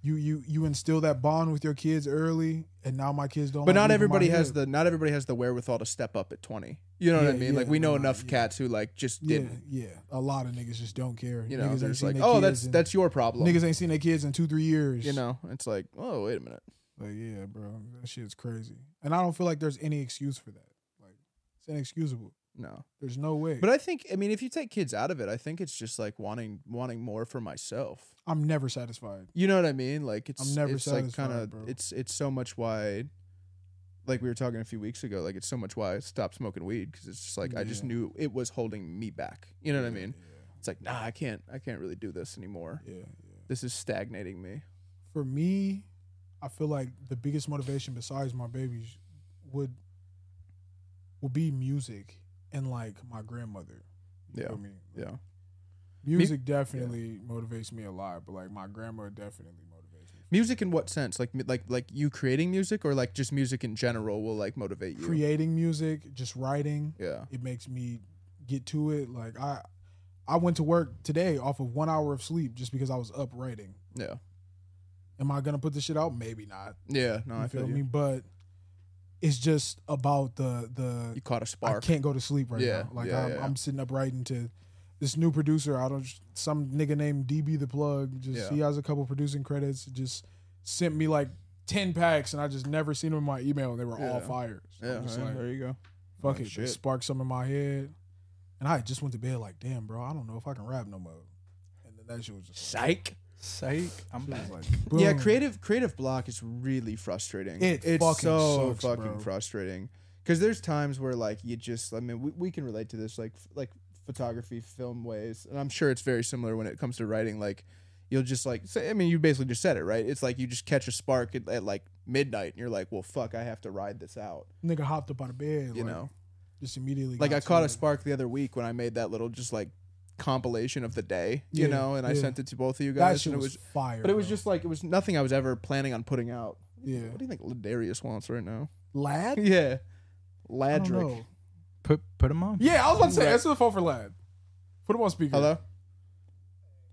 Speaker 1: You you you instill that bond with your kids early. and now my kids don't.
Speaker 2: But
Speaker 1: like
Speaker 2: not
Speaker 1: me for my
Speaker 2: everybody has
Speaker 1: hair.
Speaker 2: the not everybody has the wherewithal to step up at twenty. You know
Speaker 1: Yeah,
Speaker 2: what I mean? like
Speaker 1: yeah,
Speaker 2: we know
Speaker 1: nah,
Speaker 2: enough
Speaker 1: yeah.
Speaker 2: cats who like just
Speaker 1: Yeah,
Speaker 2: didn't.
Speaker 1: yeah. A lot of niggas just don't care.
Speaker 2: You know,
Speaker 1: niggas
Speaker 2: there's
Speaker 1: seen
Speaker 2: like,
Speaker 1: their
Speaker 2: oh,
Speaker 1: kids
Speaker 2: that's
Speaker 1: in-
Speaker 2: that's your problem.
Speaker 1: niggas ain't seen their kids in two three years.
Speaker 2: You know, it's like, oh, wait a minute.
Speaker 1: Like, yeah, bro, that shit's crazy. And I don't feel like there's any excuse for that. Like, it's inexcusable.
Speaker 2: No,
Speaker 1: There's no way.
Speaker 2: but I think I mean, if you take kids out of it, I think it's just like wanting wanting more for myself.
Speaker 1: I, am never satisfied.
Speaker 2: You know what I mean? Like it's
Speaker 1: I'm never
Speaker 2: it's like
Speaker 1: satisfied,
Speaker 2: kind of
Speaker 1: bro.
Speaker 2: it's it's so much why. Like we were talking a few weeks ago, like it's so much why I stopped smoking weed because it's just like I just
Speaker 1: Yeah.
Speaker 2: knew it was holding me back. You know what I mean?
Speaker 1: Yeah,
Speaker 2: It's like nah, I can't, I can't really do this anymore.
Speaker 1: yeah, yeah.
Speaker 2: This is stagnating me.
Speaker 1: For me, I feel like the biggest motivation besides my babies would would be music and like my grandmother. You
Speaker 2: Yeah,
Speaker 1: feel me? Like,
Speaker 2: yeah.
Speaker 1: Music definitely motivates me a lot, but like my grandma definitely motivates me.
Speaker 2: Music in what sense? Like mu- like like you creating music or like just music in general will like motivate you.
Speaker 1: Creating music, just writing,
Speaker 2: yeah.
Speaker 1: it makes me get to it. Like I I went to work today off of one hour of sleep just because I was up writing.
Speaker 2: Yeah.
Speaker 1: Am I gonna put this shit out? Maybe not.
Speaker 2: Yeah. No,
Speaker 1: you
Speaker 2: I
Speaker 1: feel,
Speaker 2: feel, you.
Speaker 1: me? But it's just about the the
Speaker 2: You caught a
Speaker 1: I
Speaker 2: spark.
Speaker 1: can't go to sleep right
Speaker 2: Yeah,
Speaker 1: now. Like
Speaker 2: yeah,
Speaker 1: I'm,
Speaker 2: yeah.
Speaker 1: I'm sitting up writing to this new producer. I don't some nigga named DB the plug. Just
Speaker 2: Yeah.
Speaker 1: he has a couple producing credits. Just sent me like ten packs, and I just never seen them in my email. And they were all
Speaker 2: Yeah.
Speaker 1: fires. So
Speaker 2: Yeah.
Speaker 1: I'm just
Speaker 2: yeah,
Speaker 1: like,
Speaker 2: there you go.
Speaker 1: fuck
Speaker 2: like,
Speaker 1: it,
Speaker 2: shit.
Speaker 1: just sparked some in my head. And I just went to bed like, damn, bro, I don't know if I can rap no more. And then that shit was just
Speaker 2: Psych.
Speaker 3: Psych. I'm
Speaker 1: it was
Speaker 3: back.
Speaker 1: like,
Speaker 2: Yeah.
Speaker 1: boom.
Speaker 2: Creative creative block is really frustrating.
Speaker 1: It
Speaker 2: it's
Speaker 1: fucking
Speaker 2: so
Speaker 1: sucks,
Speaker 2: fucking
Speaker 1: bro.
Speaker 2: frustrating. Because there's times where like you just I mean we, we can relate to this like f- like photography film ways and I'm sure it's very similar when it comes to writing like you'll just like say I mean you basically just said it right it's like you just catch a spark at, at like midnight and you're like well fuck I have to ride this out
Speaker 1: Nigga hopped up out of bed.
Speaker 2: you
Speaker 1: like,
Speaker 2: know
Speaker 1: just immediately.
Speaker 2: like
Speaker 1: got
Speaker 2: I
Speaker 1: to
Speaker 2: caught a
Speaker 1: it.
Speaker 2: spark the other week when I made that little just like compilation of the day you
Speaker 1: Yeah,
Speaker 2: know and I
Speaker 1: yeah.
Speaker 2: sent it to both of you
Speaker 1: That
Speaker 2: guys
Speaker 1: shit
Speaker 2: and it
Speaker 1: was,
Speaker 2: was
Speaker 1: fire.
Speaker 2: but it was
Speaker 1: bro.
Speaker 2: just like it was nothing I was ever planning on putting out
Speaker 1: yeah,
Speaker 2: what do you think Ladarius wants right now?
Speaker 1: lad.
Speaker 2: Yeah.
Speaker 1: I don't
Speaker 2: Ladrick.
Speaker 1: know.
Speaker 3: Put put him on.
Speaker 1: Yeah, I was about to say
Speaker 2: Right.
Speaker 1: answer the phone for lad. Put him on speaker.
Speaker 2: Hello?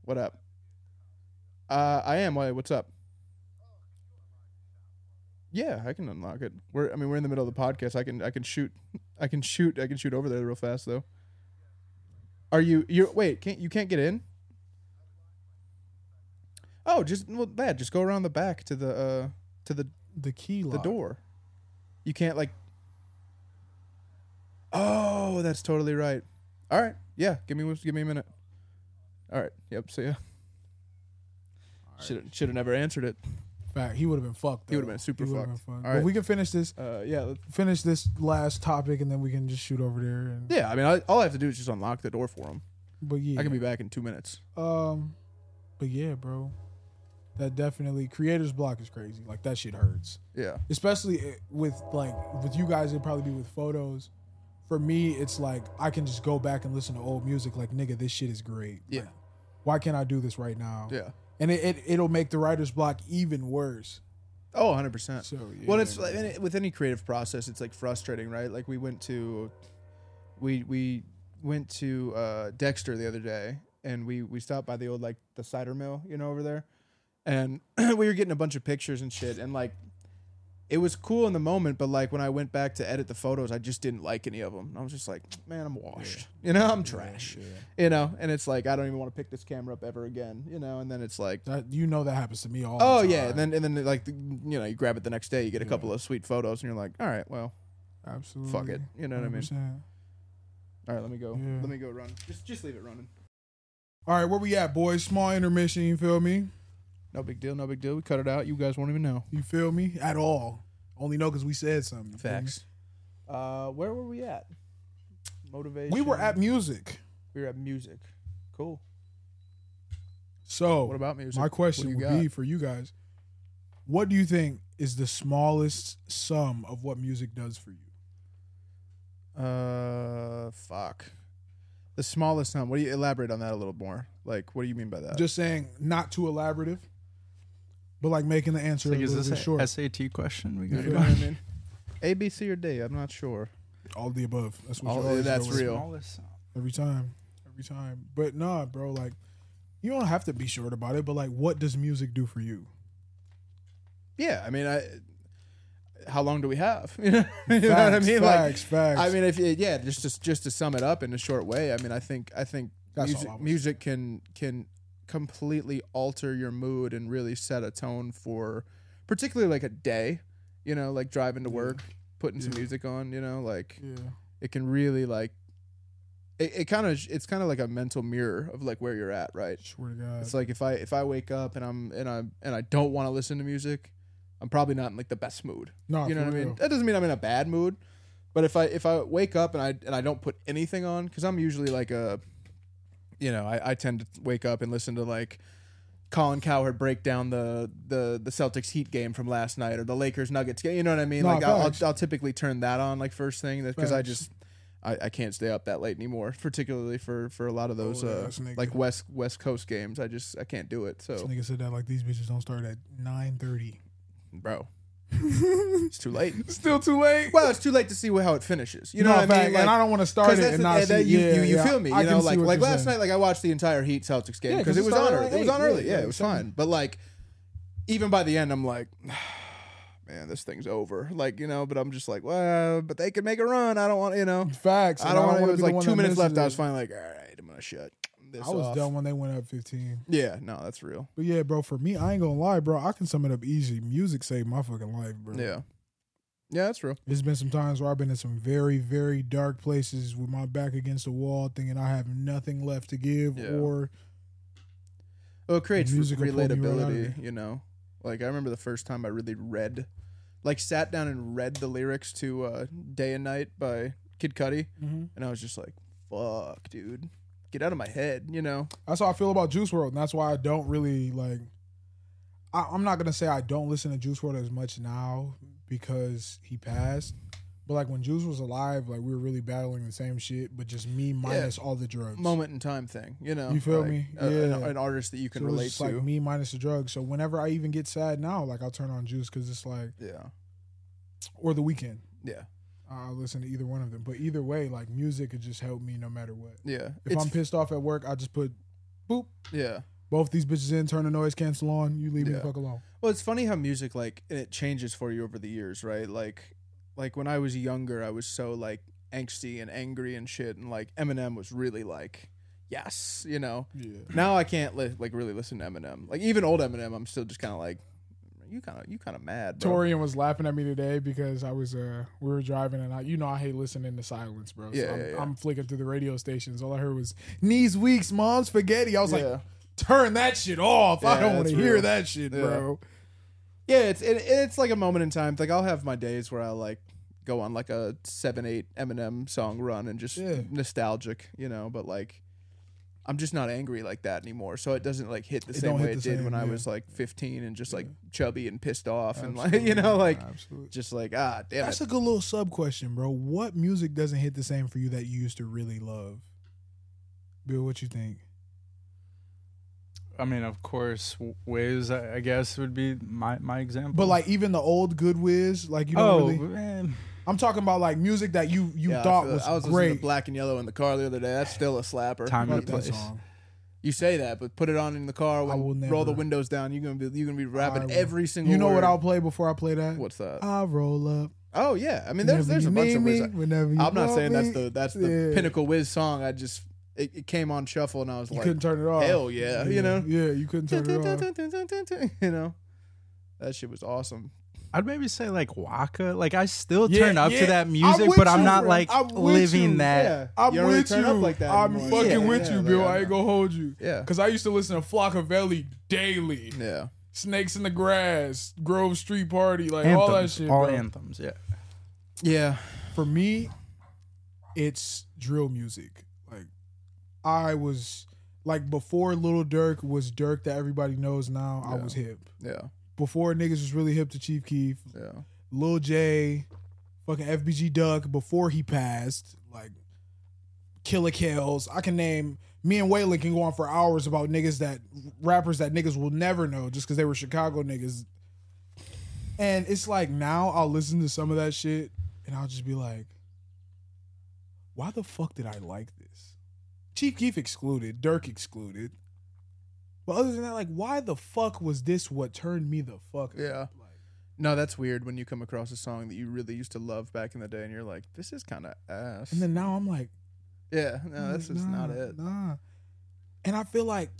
Speaker 2: What up? Uh, I am. Why, what's up? Yeah, I can unlock it. We're I mean we're in the middle of the podcast. I can I can shoot I can shoot I can shoot over there real fast though. Are you you wait, can't you can't get in? Oh, just well that just go around the back to the uh to the
Speaker 1: The key
Speaker 2: the
Speaker 1: lock.
Speaker 2: door. You can't like. Oh, that's totally right. All right, yeah. Give me give me a minute. All right. Yep. See ya. Should should have never answered it.
Speaker 1: Fact, he would have been fucked.
Speaker 2: He would've
Speaker 1: though.
Speaker 2: been super
Speaker 1: would've
Speaker 2: fucked.
Speaker 1: fucked.
Speaker 2: All
Speaker 1: But
Speaker 2: right.
Speaker 1: we can finish this.
Speaker 2: Uh, yeah. let-
Speaker 1: Finish this last topic, and then we can just shoot over there. And,
Speaker 2: Yeah. I mean, I, all I have to do is just unlock the door for him.
Speaker 1: But yeah,
Speaker 2: I can be back in two minutes.
Speaker 1: Um, but yeah, bro, that definitely creators block is crazy. Like that shit hurts,
Speaker 2: Yeah.
Speaker 1: especially i- with like with you guys. It'd probably be with photos. For me, it's like I can just go back and listen to old music. Like nigga, this shit is great.
Speaker 2: Yeah.
Speaker 1: Like, why can't I do this right now?
Speaker 2: Yeah.
Speaker 1: And it, it it'll make the writer's block even worse.
Speaker 2: Oh, 100 percent.
Speaker 1: So yeah,
Speaker 2: Well, it's like,
Speaker 1: bro.
Speaker 2: and it- with any creative process, it's like frustrating, right? Like we went to, we we went to uh, Dexter the other day, and we we stopped by the old like the cider mill, you know, over there, and we were getting a bunch of pictures and shit, and like. It was cool in the moment, but like when I went back to edit the photos, I just didn't like any of them. I was just like, man, I'm washed. You know, I'm trash. You know, and it's like I don't even want to pick this camera up ever again. You know, and then it's like,
Speaker 1: That, you know that happens to me all.
Speaker 2: Oh
Speaker 1: the time.
Speaker 2: yeah, and then and then like the- you know you grab it the next day, you get a couple of sweet photos, and you're like, all right, well,
Speaker 1: absolutely.
Speaker 2: fuck it, you know what I mean?
Speaker 1: 100%.
Speaker 2: All right, let me go,
Speaker 1: Mm-hmm. Yeah.
Speaker 2: let me go run. Just just leave it running.
Speaker 1: All right, where we at, boys? Small intermission. You feel me?
Speaker 2: No big deal, no big deal. We cut it out. You guys won't even know.
Speaker 1: You feel me? At all. Only know because we said something. you feel me?
Speaker 2: Facts. Uh, where were we at? Motivation.
Speaker 1: We were at music.
Speaker 2: we were at music. Cool.
Speaker 1: So
Speaker 2: What about music?
Speaker 1: Oh, my question
Speaker 2: What do
Speaker 1: would
Speaker 2: you
Speaker 1: be for you guys. What do you think is the smallest sum of what music does for you?
Speaker 2: got? uh, fuck. The smallest sum. What do you elaborate on that a little more? Like, what do you mean by that?
Speaker 1: Just saying, not too elaborative, but like making the answer
Speaker 3: Like,
Speaker 1: a
Speaker 3: is
Speaker 1: little
Speaker 3: this
Speaker 1: bit
Speaker 3: an
Speaker 1: short.
Speaker 3: SAT question? We
Speaker 1: You
Speaker 3: got
Speaker 2: you know what I mean? A, B, C, or D? I'm not sure.
Speaker 1: all the above. That's what
Speaker 2: All-
Speaker 1: you always
Speaker 2: that's
Speaker 1: go with.
Speaker 2: real.
Speaker 1: every time, every time. But nah, bro. Like you don't have to be short about it. But like, what does music do for you?
Speaker 2: Yeah, I mean, I how long do we have? You know, you know what I
Speaker 1: Facts,
Speaker 2: mean?
Speaker 1: Facts,
Speaker 2: Like,
Speaker 1: facts.
Speaker 2: I mean, if you- yeah, just just just to sum it up in a short way, I mean, I think I think
Speaker 1: That's all
Speaker 2: music,
Speaker 1: I was-
Speaker 2: music can can completely alter your mood and really set a tone for, particularly like a day. You know, like driving to
Speaker 1: Yeah.
Speaker 2: work, putting some
Speaker 1: Yeah.
Speaker 2: music on. You know, like
Speaker 1: yeah,
Speaker 2: it can really like, it, it kind of it's kind of like a mental mirror of like where you're at, right?
Speaker 1: swear to God.
Speaker 2: It's like if I if I wake up and I'm and I'm and I don't want to listen to music, I'm probably not in like the best mood.
Speaker 1: no,
Speaker 2: You know
Speaker 1: Oh, for
Speaker 2: what I mean?
Speaker 1: real.
Speaker 2: That doesn't mean I'm in a bad mood, but if I if I wake up and I and I don't put anything on because I'm usually like a, you know, I, I tend to wake up and listen to like. Colin Cowherd break down the, the the Celtics Heat game from last night or the Lakers Nuggets game. You know what I mean?
Speaker 1: No,
Speaker 2: like I'll, I'll
Speaker 1: facts.
Speaker 2: I'll typically turn that on like first thing because I
Speaker 1: Facts.
Speaker 2: just I, I can't stay up that late anymore. Particularly for for a lot of those
Speaker 1: Old
Speaker 2: uh,
Speaker 1: ass nigga.
Speaker 2: like West West Coast games. I just I can't do it.
Speaker 1: This
Speaker 2: So
Speaker 1: nigga said that like these bitches don't start at nine thirty.
Speaker 2: bro, it's too late.
Speaker 1: Still too late.
Speaker 2: Well, it's too late to see how it finishes. You know what I mean?
Speaker 1: and I
Speaker 2: Like,
Speaker 1: don't want to start
Speaker 2: because
Speaker 1: it
Speaker 2: that's
Speaker 1: and
Speaker 2: the,
Speaker 1: not
Speaker 2: and that
Speaker 1: see-
Speaker 2: you,
Speaker 1: yeah,
Speaker 2: you, you
Speaker 1: yeah.
Speaker 2: feel me? You
Speaker 1: I can
Speaker 2: know,
Speaker 1: see
Speaker 2: like
Speaker 1: what
Speaker 2: like
Speaker 1: you're
Speaker 2: last
Speaker 1: saying.
Speaker 2: night, like I watched the entire Heat Celtics game
Speaker 1: Yeah,
Speaker 2: because
Speaker 1: 'cause
Speaker 2: it
Speaker 1: it
Speaker 2: was on
Speaker 1: started
Speaker 2: early.
Speaker 1: like
Speaker 2: it was
Speaker 1: eight.
Speaker 2: on
Speaker 1: Yeah,
Speaker 2: early.
Speaker 1: yeah,
Speaker 2: Yeah,
Speaker 1: it
Speaker 2: it was
Speaker 1: started-
Speaker 2: fine. But like, even by the end, I'm like. Man, this thing's over. Like you know, but I'm just like, well, but they could make a run. I don't want, you know.
Speaker 1: Facts.
Speaker 2: I
Speaker 1: and
Speaker 2: don't want.
Speaker 1: wanna
Speaker 2: It
Speaker 1: be
Speaker 2: was
Speaker 1: the
Speaker 2: like
Speaker 1: one
Speaker 2: two
Speaker 1: that
Speaker 2: minutes left.
Speaker 1: misses
Speaker 2: I was
Speaker 1: it.
Speaker 2: finally like, all right, I'm gonna shut this
Speaker 1: I was
Speaker 2: off.
Speaker 1: done when they went up fifteen.
Speaker 2: Yeah, no, that's real.
Speaker 1: But yeah, bro, for me, I ain't gonna lie, bro. I can sum it up easy. Music saved my fucking life, bro.
Speaker 2: Yeah, yeah, that's real.
Speaker 1: There's been some times where I've been in some very, very dark places with my back against the wall, thinking I have nothing left to give,
Speaker 2: Yeah.
Speaker 1: or
Speaker 2: Well, it creates re-
Speaker 1: music will pull you right out of
Speaker 2: relatability, you know. Like I remember the first time I really read, like sat down and read the lyrics to uh, "Day and Night" by Kid Cudi, and I was just like, "Fuck, dude, get out of my head," you know.
Speaker 1: that's how I feel about Juice World, and that's why I don't really like. I, I'm not gonna say I don't listen to Juice World as much now because he passed, but like when Juice was alive, like we were really battling the same shit, but just me minus all the drugs.
Speaker 2: Moment in time thing, you know.
Speaker 1: You feel
Speaker 2: like,
Speaker 1: me?
Speaker 2: a- an,
Speaker 1: Yeah.
Speaker 2: an artist that you can
Speaker 1: So it was
Speaker 2: relate
Speaker 1: just,
Speaker 2: to.
Speaker 1: like me minus the drugs. So whenever I even get sad now, like I'll turn on Juice because it's like
Speaker 2: yeah,
Speaker 1: or the weekend.
Speaker 2: yeah,
Speaker 1: I'll listen to either one of them. But either way, like music could just help me no matter what.
Speaker 2: yeah.
Speaker 1: If
Speaker 2: It's-
Speaker 1: I'm pissed off at work, I just put boop
Speaker 2: yeah.
Speaker 1: both these bitches in, turn the noise cancel on, you leave me
Speaker 2: Yeah.
Speaker 1: the fuck alone.
Speaker 2: Well, it's funny how music like it changes for you over the years, right? Like, like when I was younger, I was so like angsty and angry and shit, and like Eminem was really like, yes, you know.
Speaker 1: Yeah.
Speaker 2: Now I can't li- like really listen to Eminem. Like even old Eminem, I'm still just kind of like, you kind of you kind of mad, bro.
Speaker 1: Torian was laughing at me today because I was uh we were driving and I you know I hate listening to silence, bro. So
Speaker 2: Yeah,
Speaker 1: I'm,
Speaker 2: yeah, yeah.
Speaker 1: I'm flicking through the radio stations. All I heard was knees weeks, mom spaghetti. I was
Speaker 2: Yeah.
Speaker 1: like, turn that shit off. I
Speaker 2: Yeah,
Speaker 1: don't want to
Speaker 2: that's
Speaker 1: hear
Speaker 2: real.
Speaker 1: that shit,
Speaker 2: Yeah.
Speaker 1: bro.
Speaker 2: Yeah, it's it, it's like a moment in time. Like I'll have my days where I like go on like a seven eight Eminem song run and just
Speaker 1: Yeah.
Speaker 2: nostalgic, you know. But like, I'm just not angry like that anymore. So it doesn't like hit the
Speaker 1: It
Speaker 2: same
Speaker 1: don't
Speaker 2: way
Speaker 1: hit
Speaker 2: it
Speaker 1: the
Speaker 2: did
Speaker 1: same,
Speaker 2: when I
Speaker 1: yeah.
Speaker 2: was like 15 and just like
Speaker 1: Yeah.
Speaker 2: chubby and pissed off and like
Speaker 1: Absolutely,
Speaker 2: you know like
Speaker 1: absolutely.
Speaker 2: just like ah damn
Speaker 1: That's
Speaker 2: it.
Speaker 1: a good little sub question, bro. What music doesn't hit the same for you that you used to really love? Bill, what you think?
Speaker 3: I mean, of course, w- Wiz, I, I guess, would be my, my example.
Speaker 1: But like even the old Good Wiz, like you don't
Speaker 3: oh,
Speaker 1: really.
Speaker 3: man.
Speaker 1: I'm talking about like music that you you
Speaker 2: Yeah, I
Speaker 1: thought
Speaker 2: feel-
Speaker 1: was,
Speaker 2: I was listening
Speaker 1: great.
Speaker 2: to Black and Yellow in the car the other day. That's still a slapper.
Speaker 3: Time
Speaker 1: Fuck
Speaker 3: and
Speaker 1: that
Speaker 3: place.
Speaker 1: song.
Speaker 2: You say that, but put it on in the car. When,
Speaker 1: will
Speaker 2: roll the
Speaker 1: never-
Speaker 2: windows down. You're gonna be you're gonna be
Speaker 1: I
Speaker 2: rapping
Speaker 1: will-
Speaker 2: every single.
Speaker 1: You know what
Speaker 2: word.
Speaker 1: I'll play before I play that?
Speaker 2: What's that?
Speaker 1: I roll up.
Speaker 2: oh yeah, I mean there's
Speaker 1: whenever
Speaker 2: there's
Speaker 1: you
Speaker 2: a bunch
Speaker 1: need
Speaker 2: of ways.
Speaker 1: me,
Speaker 2: I-
Speaker 1: Whenever you
Speaker 2: I'm not
Speaker 1: want
Speaker 2: saying that's
Speaker 1: me.
Speaker 2: the that's the
Speaker 1: Yeah.
Speaker 2: pinnacle whiz song. I just it, it came on shuffle and I was
Speaker 1: You
Speaker 2: like,
Speaker 1: couldn't turn it off.
Speaker 2: hell yeah, you know.
Speaker 1: Yeah, you couldn't turn it off.
Speaker 2: you know, that shit was awesome.
Speaker 3: I'd maybe say like Waka. Like I still
Speaker 1: Yeah,
Speaker 3: turn up
Speaker 1: yeah.
Speaker 3: to that
Speaker 1: I'm
Speaker 3: music,
Speaker 1: with
Speaker 3: but I'm
Speaker 1: you,
Speaker 3: not
Speaker 1: bro.
Speaker 3: like
Speaker 1: I'm with
Speaker 3: living
Speaker 1: you.
Speaker 3: that.
Speaker 2: Yeah,
Speaker 1: I'm
Speaker 2: you don't really
Speaker 1: with
Speaker 2: turn
Speaker 1: you.
Speaker 2: up like that.
Speaker 1: I'm
Speaker 2: anymore.
Speaker 1: fucking
Speaker 2: Yeah,
Speaker 1: with
Speaker 2: yeah,
Speaker 1: you,
Speaker 2: like,
Speaker 1: Bill.
Speaker 2: I'm
Speaker 1: I ain't
Speaker 2: not-
Speaker 1: gonna hold you.
Speaker 2: Yeah.
Speaker 1: Cause I used to listen to Flockavelli daily.
Speaker 2: Yeah,
Speaker 1: Snakes in the Grass, Grove Street Party, like all that
Speaker 3: Anthems,
Speaker 1: shit.
Speaker 3: all
Speaker 1: bro.
Speaker 3: anthems, yeah.
Speaker 2: yeah,
Speaker 1: For me, it's drill music. Like I was like before Little Dirk was Dirk that everybody knows now, I
Speaker 2: Yeah.
Speaker 1: was hip.
Speaker 2: yeah,
Speaker 1: Before niggas was really hip to Chief Keef,
Speaker 2: yeah.
Speaker 1: Lil J, fucking FBG Duck, before he passed, like Killer Kills. I can name me and Waylon can go on for hours about niggas that rappers that niggas will never know just because they were Chicago niggas. And it's like now I'll listen to some of that shit and I'll just be like, why the fuck did I like this? Chief Keef excluded, Dirk excluded. But other than that, like, why the fuck was this what turned me the fuck? up?
Speaker 2: Yeah.
Speaker 1: Like,
Speaker 2: No, that's weird when you come across a song that you really used to love back in the day, and you're like, "This is kind of ass."
Speaker 1: And then now I'm like,
Speaker 2: yeah, no, this is not
Speaker 1: nah,
Speaker 2: it.
Speaker 1: Nah. And I feel like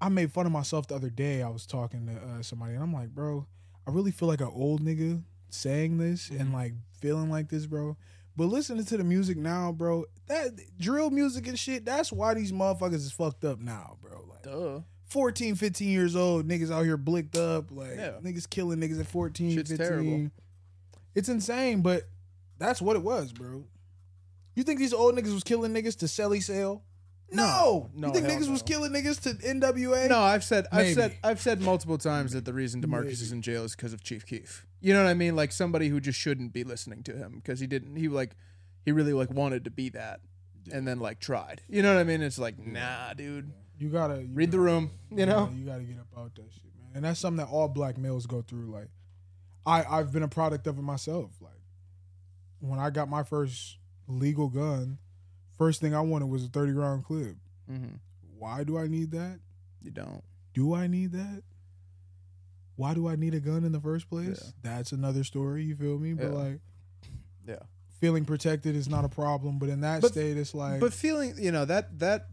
Speaker 1: I made fun of myself the other day. I was talking to uh, somebody, and I'm like, bro, I really feel like an old nigga saying this and
Speaker 2: Mhm.
Speaker 1: like feeling like this, bro. But listening to the music now, bro, that drill music and shit, that's why these motherfuckers is fucked up now, bro. Like
Speaker 2: Duh,
Speaker 1: 14, 15 years old, niggas out here blicked up, like
Speaker 2: Yeah.
Speaker 1: niggas killing niggas at 14,
Speaker 2: Shit's
Speaker 1: 15.
Speaker 2: terrible.
Speaker 1: It's insane, but that's what it was, bro. You think these old niggas was killing niggas to selly sale? No.
Speaker 2: No,
Speaker 1: you think
Speaker 2: hell
Speaker 1: niggas was
Speaker 2: no.
Speaker 1: killing niggas to NWA?
Speaker 2: No, I've said, I've
Speaker 1: Maybe.
Speaker 2: said, I've said multiple times that the reason Demarcus
Speaker 1: Maybe.
Speaker 2: is in jail is because of Chief Keef. You know what I mean? Like somebody who just shouldn't be listening to him because he didn't. He like, he really like wanted to be that, and then like tried. You know what I mean? It's like, nah, dude,
Speaker 1: You gotta you
Speaker 2: read the
Speaker 1: gotta-
Speaker 2: room. You know?
Speaker 1: you gotta get up out that shit, man. And that's something that all black males go through. Like, I I've been a product of it myself. Like, when I got my first legal gun, first thing I wanted was a thirty round clip.
Speaker 2: Mm-hmm.
Speaker 1: Why do I need that?
Speaker 2: You don't.
Speaker 1: Do I need that? Why do I need a gun in the first place?
Speaker 2: Yeah.
Speaker 1: That's another story. You feel me? But
Speaker 2: Yeah.
Speaker 1: like,
Speaker 2: Yeah.
Speaker 1: feeling protected is not a problem. But in that
Speaker 2: But-
Speaker 1: state, it's like,
Speaker 2: but feeling you know that that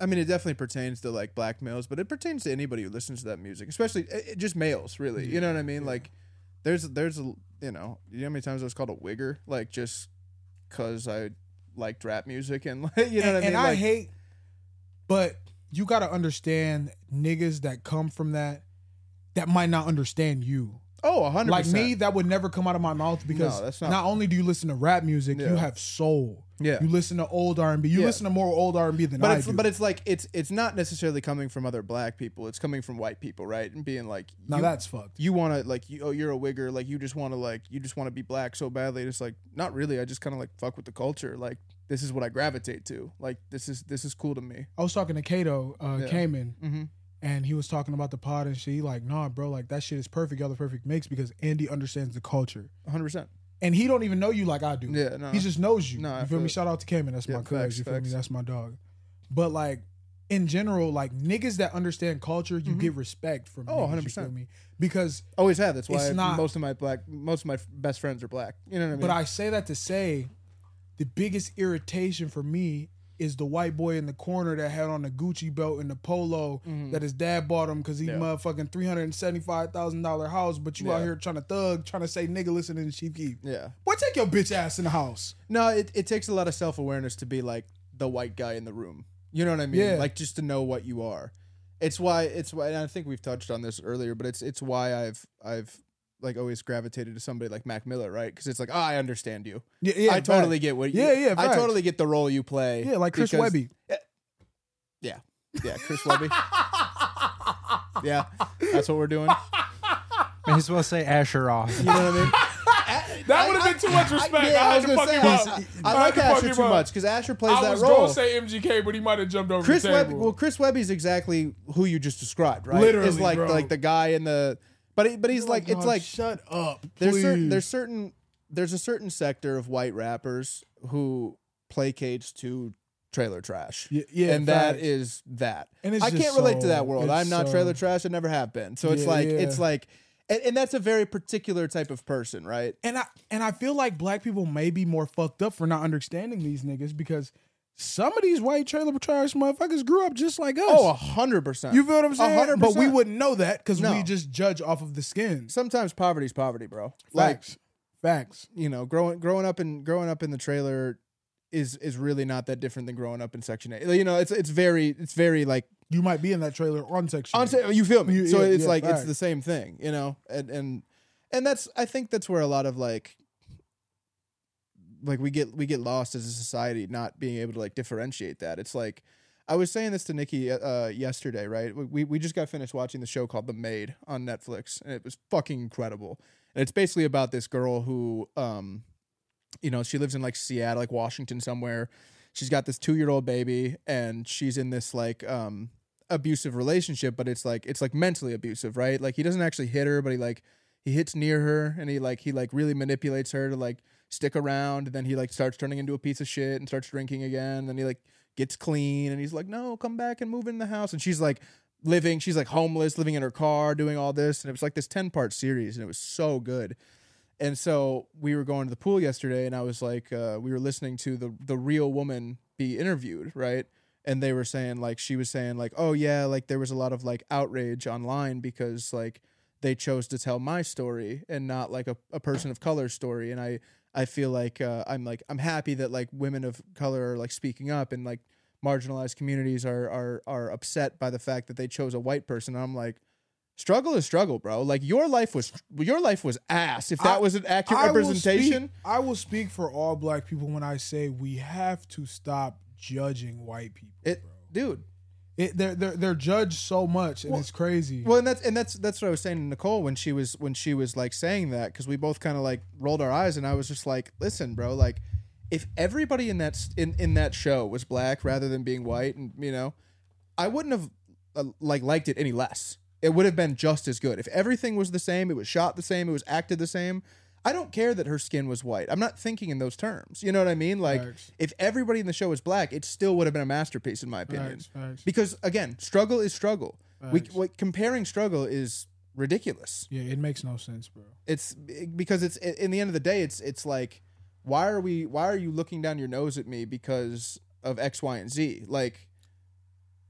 Speaker 2: i mean it definitely pertains to like black males but it pertains to anybody who listens to that music especially it, it- just males really you know what i mean
Speaker 1: yeah.
Speaker 2: like there's there's a you know you know how many times i was called a wigger like just because i liked rap music and like you know
Speaker 1: and,
Speaker 2: what i mean
Speaker 1: and I
Speaker 2: like
Speaker 1: hate, but you gotta understand niggas that come from that that might not understand you.
Speaker 2: oh 100
Speaker 1: Like me, that would never come out of my mouth because
Speaker 2: that's
Speaker 1: not,
Speaker 2: not-
Speaker 1: only do you listen to rap music, you
Speaker 2: Yeah.
Speaker 1: have soul.
Speaker 2: yeah
Speaker 1: You listen to old R and B. You
Speaker 2: Yeah.
Speaker 1: listen to more old R and B than
Speaker 2: but
Speaker 1: I
Speaker 2: it's
Speaker 1: do.
Speaker 2: but it's like it's it's not necessarily coming from other black people it's coming from white people right and being like
Speaker 1: now
Speaker 2: you-
Speaker 1: that's fucked.
Speaker 2: you want to like you oh you're a wigger like you just want to like you just want to be black so badly and it's like not really i just kind of like fuck with the culture like this is what i gravitate to like this is this is cool to me
Speaker 1: I was talking to Kato uh,
Speaker 2: Yeah.
Speaker 1: Kamen,
Speaker 2: mm-hmm.
Speaker 1: and he was talking about the pod and shit. He like, nah, bro, like that shit is perfect. Y'all the perfect mix because Andy understands the culture,
Speaker 2: 100%
Speaker 1: and he don't even know you like I do.
Speaker 2: yeah no
Speaker 1: He just knows you.
Speaker 2: No,
Speaker 1: you
Speaker 2: I
Speaker 1: feel
Speaker 2: feel
Speaker 1: me?
Speaker 2: it.
Speaker 1: Shout out to Cayman. That's
Speaker 2: Yeah,
Speaker 1: my cousin.
Speaker 2: facts,
Speaker 1: You feel me?
Speaker 2: facts.
Speaker 1: That's my dog. But like in general, like niggas that understand culture, you
Speaker 2: Mhm.
Speaker 1: get respect from.
Speaker 2: Oh,
Speaker 1: niggas, you
Speaker 2: 100%.
Speaker 1: feel me? Because,
Speaker 2: always have that's
Speaker 1: It's
Speaker 2: why
Speaker 1: not-
Speaker 2: most of my black most of my f- best friends are black you know what i mean
Speaker 1: but I say that to say, the biggest irritation for me is the white boy in the corner that had on the Gucci belt and the polo
Speaker 2: Mhm.
Speaker 1: that his dad bought him because he
Speaker 2: Yeah.
Speaker 1: motherfucking three hundred and seventy five thousand dollar house, but you out
Speaker 2: Yeah.
Speaker 1: here trying to thug, trying to say nigga, listen to the sheep keep.
Speaker 2: yeah
Speaker 1: Boy, take your bitch ass in the house.
Speaker 2: no it, it takes a lot of self-awareness to be like the white guy in the room you know what i mean
Speaker 1: Yeah.
Speaker 2: like just to know what you are it's why it's why and i think we've touched on this earlier but it's it's why i've i've like always gravitated to somebody like mac miller right because it's like "Ah, i understand you
Speaker 1: Yeah, yeah
Speaker 2: I
Speaker 1: facts.
Speaker 2: totally get what. You,
Speaker 1: Yeah, yeah,
Speaker 2: I
Speaker 1: facts.
Speaker 2: totally get the role you play.
Speaker 1: Yeah, like Chris
Speaker 2: because-
Speaker 1: Webby.
Speaker 2: Yeah, Chris Webby. yeah, that's what we're doing.
Speaker 3: May as well say Asher off.
Speaker 2: You know what I mean?
Speaker 1: That would have been too much respect. I, had to fuck him up.
Speaker 2: I,
Speaker 1: I
Speaker 2: I
Speaker 1: had
Speaker 2: like
Speaker 1: to fuck
Speaker 2: Asher
Speaker 1: him
Speaker 2: too
Speaker 1: up.
Speaker 2: much because Asher plays
Speaker 1: I
Speaker 2: that
Speaker 1: was going
Speaker 2: role.
Speaker 1: to say MGK, but he might have jumped over
Speaker 2: Chris
Speaker 1: the
Speaker 2: Webby.
Speaker 1: table.
Speaker 2: Well, Chris Webby's exactly who you just described, right?
Speaker 1: Literally,
Speaker 2: is like
Speaker 1: bro. Oh
Speaker 2: like the guy in the. But he, but he's like it's like
Speaker 1: shut up.
Speaker 2: there's certain there's certain there's a certain sector of white rappers who placates to trailer trash.
Speaker 1: Yeah, yeah,
Speaker 2: and that
Speaker 1: facts.
Speaker 2: is that.
Speaker 1: And it's
Speaker 2: I
Speaker 1: just
Speaker 2: can't relate
Speaker 1: so-
Speaker 2: to that world.
Speaker 1: it's
Speaker 2: I'm not
Speaker 1: so-
Speaker 2: trailer trash. I never have been. So it's
Speaker 1: Yeah,
Speaker 2: like
Speaker 1: yeah.
Speaker 2: it's like, and, and that's a very particular type of person, right?
Speaker 1: and I and I feel like black people may be more fucked up for not understanding these niggas because some of these white trailer trash motherfuckers grew up just like us.
Speaker 2: Oh, a hundred percent.
Speaker 1: you feel what I'm saying?
Speaker 2: 100%.
Speaker 1: But we wouldn't know that because we
Speaker 2: No.
Speaker 1: just judge off of the skin.
Speaker 2: Sometimes poverty's poverty, bro. Like
Speaker 1: Facts, facts.
Speaker 2: you know, growing growing up in growing up in the trailer is is really not that different than growing up in Section Eight. You know, it's it's very it's very like
Speaker 1: You might be in that trailer on section.
Speaker 2: On sa- you feel me?
Speaker 1: You-
Speaker 2: so
Speaker 1: yeah,
Speaker 2: it's
Speaker 1: yeah,
Speaker 2: like it's
Speaker 1: facts.
Speaker 2: the same thing, you know, and and and that's I think that's where a lot of like like we get we get lost as a society not being able to like differentiate that. It's like I was saying this to Nikki uh, yesterday, right? We- We we just got finished watching the show called The Maid on Netflix, and it was fucking incredible. And it's basically about this girl who, um, you know, she lives in like Seattle, like Washington somewhere. She's got this two year old baby, and she's in this like um, abusive relationship, but it's like it's like mentally abusive, right? Like he doesn't actually hit her, but he like he hits near her, and he like he like really manipulates her to like stick around, and then he like starts turning into a piece of shit and starts drinking again, and then he like gets clean, and he's like, no, come back and move in the house, and she's like. living. She's like homeless, living in her car, doing all this, and it was like this ten part series, and it was so good. And so we were going to the pool yesterday, and I was like, uh, we were listening to the the real woman be interviewed, right? And they were saying like she was saying like, oh yeah, like there was a lot of like outrage online because like they chose to tell my story and not like a, a person of color story, and I I feel like uh, I'm like I'm happy that like women of color are like speaking up and like marginalized communities are are are upset by the fact that they chose a white person. And I'm like, struggle is struggle, bro. Like your life was your life was ass. If that
Speaker 1: I-
Speaker 2: was an accurate
Speaker 1: I will
Speaker 2: representation,
Speaker 1: speak- I will speak for all black people when I say we have to stop judging white people.
Speaker 2: it,
Speaker 1: bro.
Speaker 2: dude.
Speaker 1: It, they're, they're they're judged so much, and
Speaker 2: Well-
Speaker 1: it's crazy.
Speaker 2: Well, and that's and that's that's what I was saying to Nicole when she was when she was like saying that because we both kind of like rolled our eyes and I was just like, listen, bro, like if everybody in that s- in in that show was black rather than being white, and you know, I wouldn't have uh, like liked it any less. It would have been just as good if everything was the same. It was shot the same. It was acted the same. I don't care that her skin was white. I'm not thinking in those terms. You know what I mean? Like,
Speaker 1: Facts.
Speaker 2: if everybody in the show was black, it still would have been a masterpiece, in my opinion
Speaker 1: Facts, facts.
Speaker 2: because again, struggle is struggle. We
Speaker 1: Facts.
Speaker 2: like, comparing struggle is ridiculous.
Speaker 1: Yeah, it makes no sense, bro.
Speaker 2: It's because it's in the end of the day, it's it's like why are we why are you looking down your nose at me because of X, Y, and Z? Like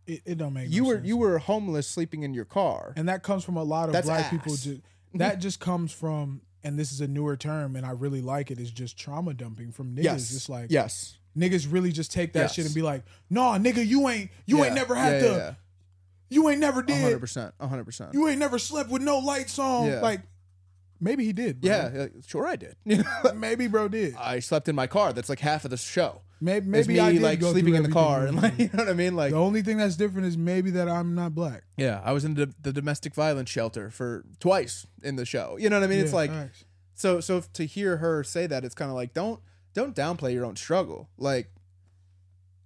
Speaker 1: It, it don't make
Speaker 2: you
Speaker 1: no
Speaker 2: were
Speaker 1: sense.
Speaker 2: you were homeless sleeping in your car.
Speaker 1: and that comes from a lot of
Speaker 2: That's
Speaker 1: black
Speaker 2: ass.
Speaker 1: people. Just, that just comes from, and this is a newer term, and I really like it. Is just trauma dumping from niggas.
Speaker 2: yes,
Speaker 1: Just like
Speaker 2: yes,
Speaker 1: niggas really just take that
Speaker 2: Yes.
Speaker 1: shit and be like, "Nah, nigga, you ain't you ain't
Speaker 2: Yeah,
Speaker 1: never had
Speaker 2: yeah,
Speaker 1: to, you ain't never
Speaker 2: yeah, one hundred
Speaker 1: did,
Speaker 2: percent, one hundred percent.
Speaker 1: you ain't never slept with no lights on."
Speaker 2: Yeah.
Speaker 1: Like maybe he did. Bro.
Speaker 2: Yeah, like, sure I did.
Speaker 1: maybe bro did.
Speaker 2: I slept in my car. That's like half of the show.
Speaker 1: Maybe
Speaker 2: It's
Speaker 1: maybe
Speaker 2: me
Speaker 1: I did
Speaker 2: like
Speaker 1: go through
Speaker 2: sleeping in the
Speaker 1: everything
Speaker 2: car
Speaker 1: you went
Speaker 2: and like
Speaker 1: through.
Speaker 2: you know what I mean. Like
Speaker 1: the only thing that's different is maybe that I'm not black.
Speaker 2: Yeah, I was in the, the domestic violence shelter for twice in the show. You know what I mean? it's
Speaker 1: Yeah,
Speaker 2: like
Speaker 1: facts.
Speaker 2: so so if- to hear her say that, it's kind of like don't don't downplay your own struggle. Like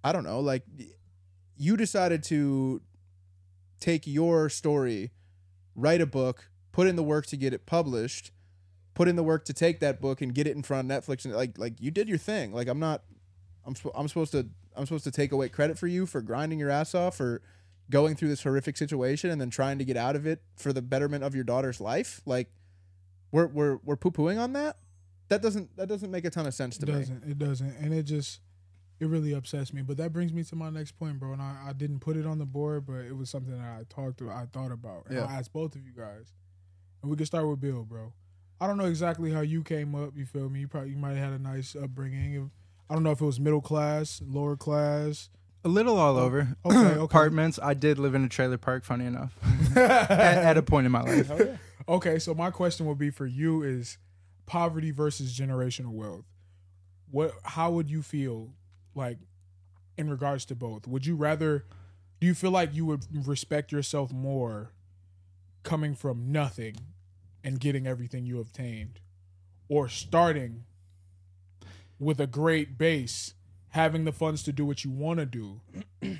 Speaker 2: I don't know, like y- you decided to take your story, write a book, put in the work to get it published, put in the work to take that book and get it in front of Netflix and like like you did your thing. Like I'm not I'm sp- I'm supposed to I'm supposed to take away credit for you for grinding your ass off for going through this horrific situation and then trying to get out of it for the betterment of your daughter's life. Like we're we're we're poo pooing on that. That doesn't that doesn't make a ton of sense
Speaker 1: It
Speaker 2: to me.
Speaker 1: doesn't. It doesn't. And it just it really upsets me. But that brings me to my next point, bro. And I, I didn't put it on the board, but it was something that I talked to I thought about. And
Speaker 2: Yeah.
Speaker 1: I asked both of you guys. And we can start with Bill, bro. I don't know exactly how you came up, you feel me? You probably you might have had a nice upbringing. I don't know if it was middle class, lower class.
Speaker 3: A little all over.
Speaker 1: okay, okay.
Speaker 3: Apartments. I did live in a trailer park, funny enough, at, at a point in my life.
Speaker 1: Okay, so my question would be for you is poverty versus generational wealth. What how would you feel like in regards to both? Would you rather do you feel like you would respect yourself more coming from nothing and getting everything you obtained or starting with a great base, having the funds to do what you want to do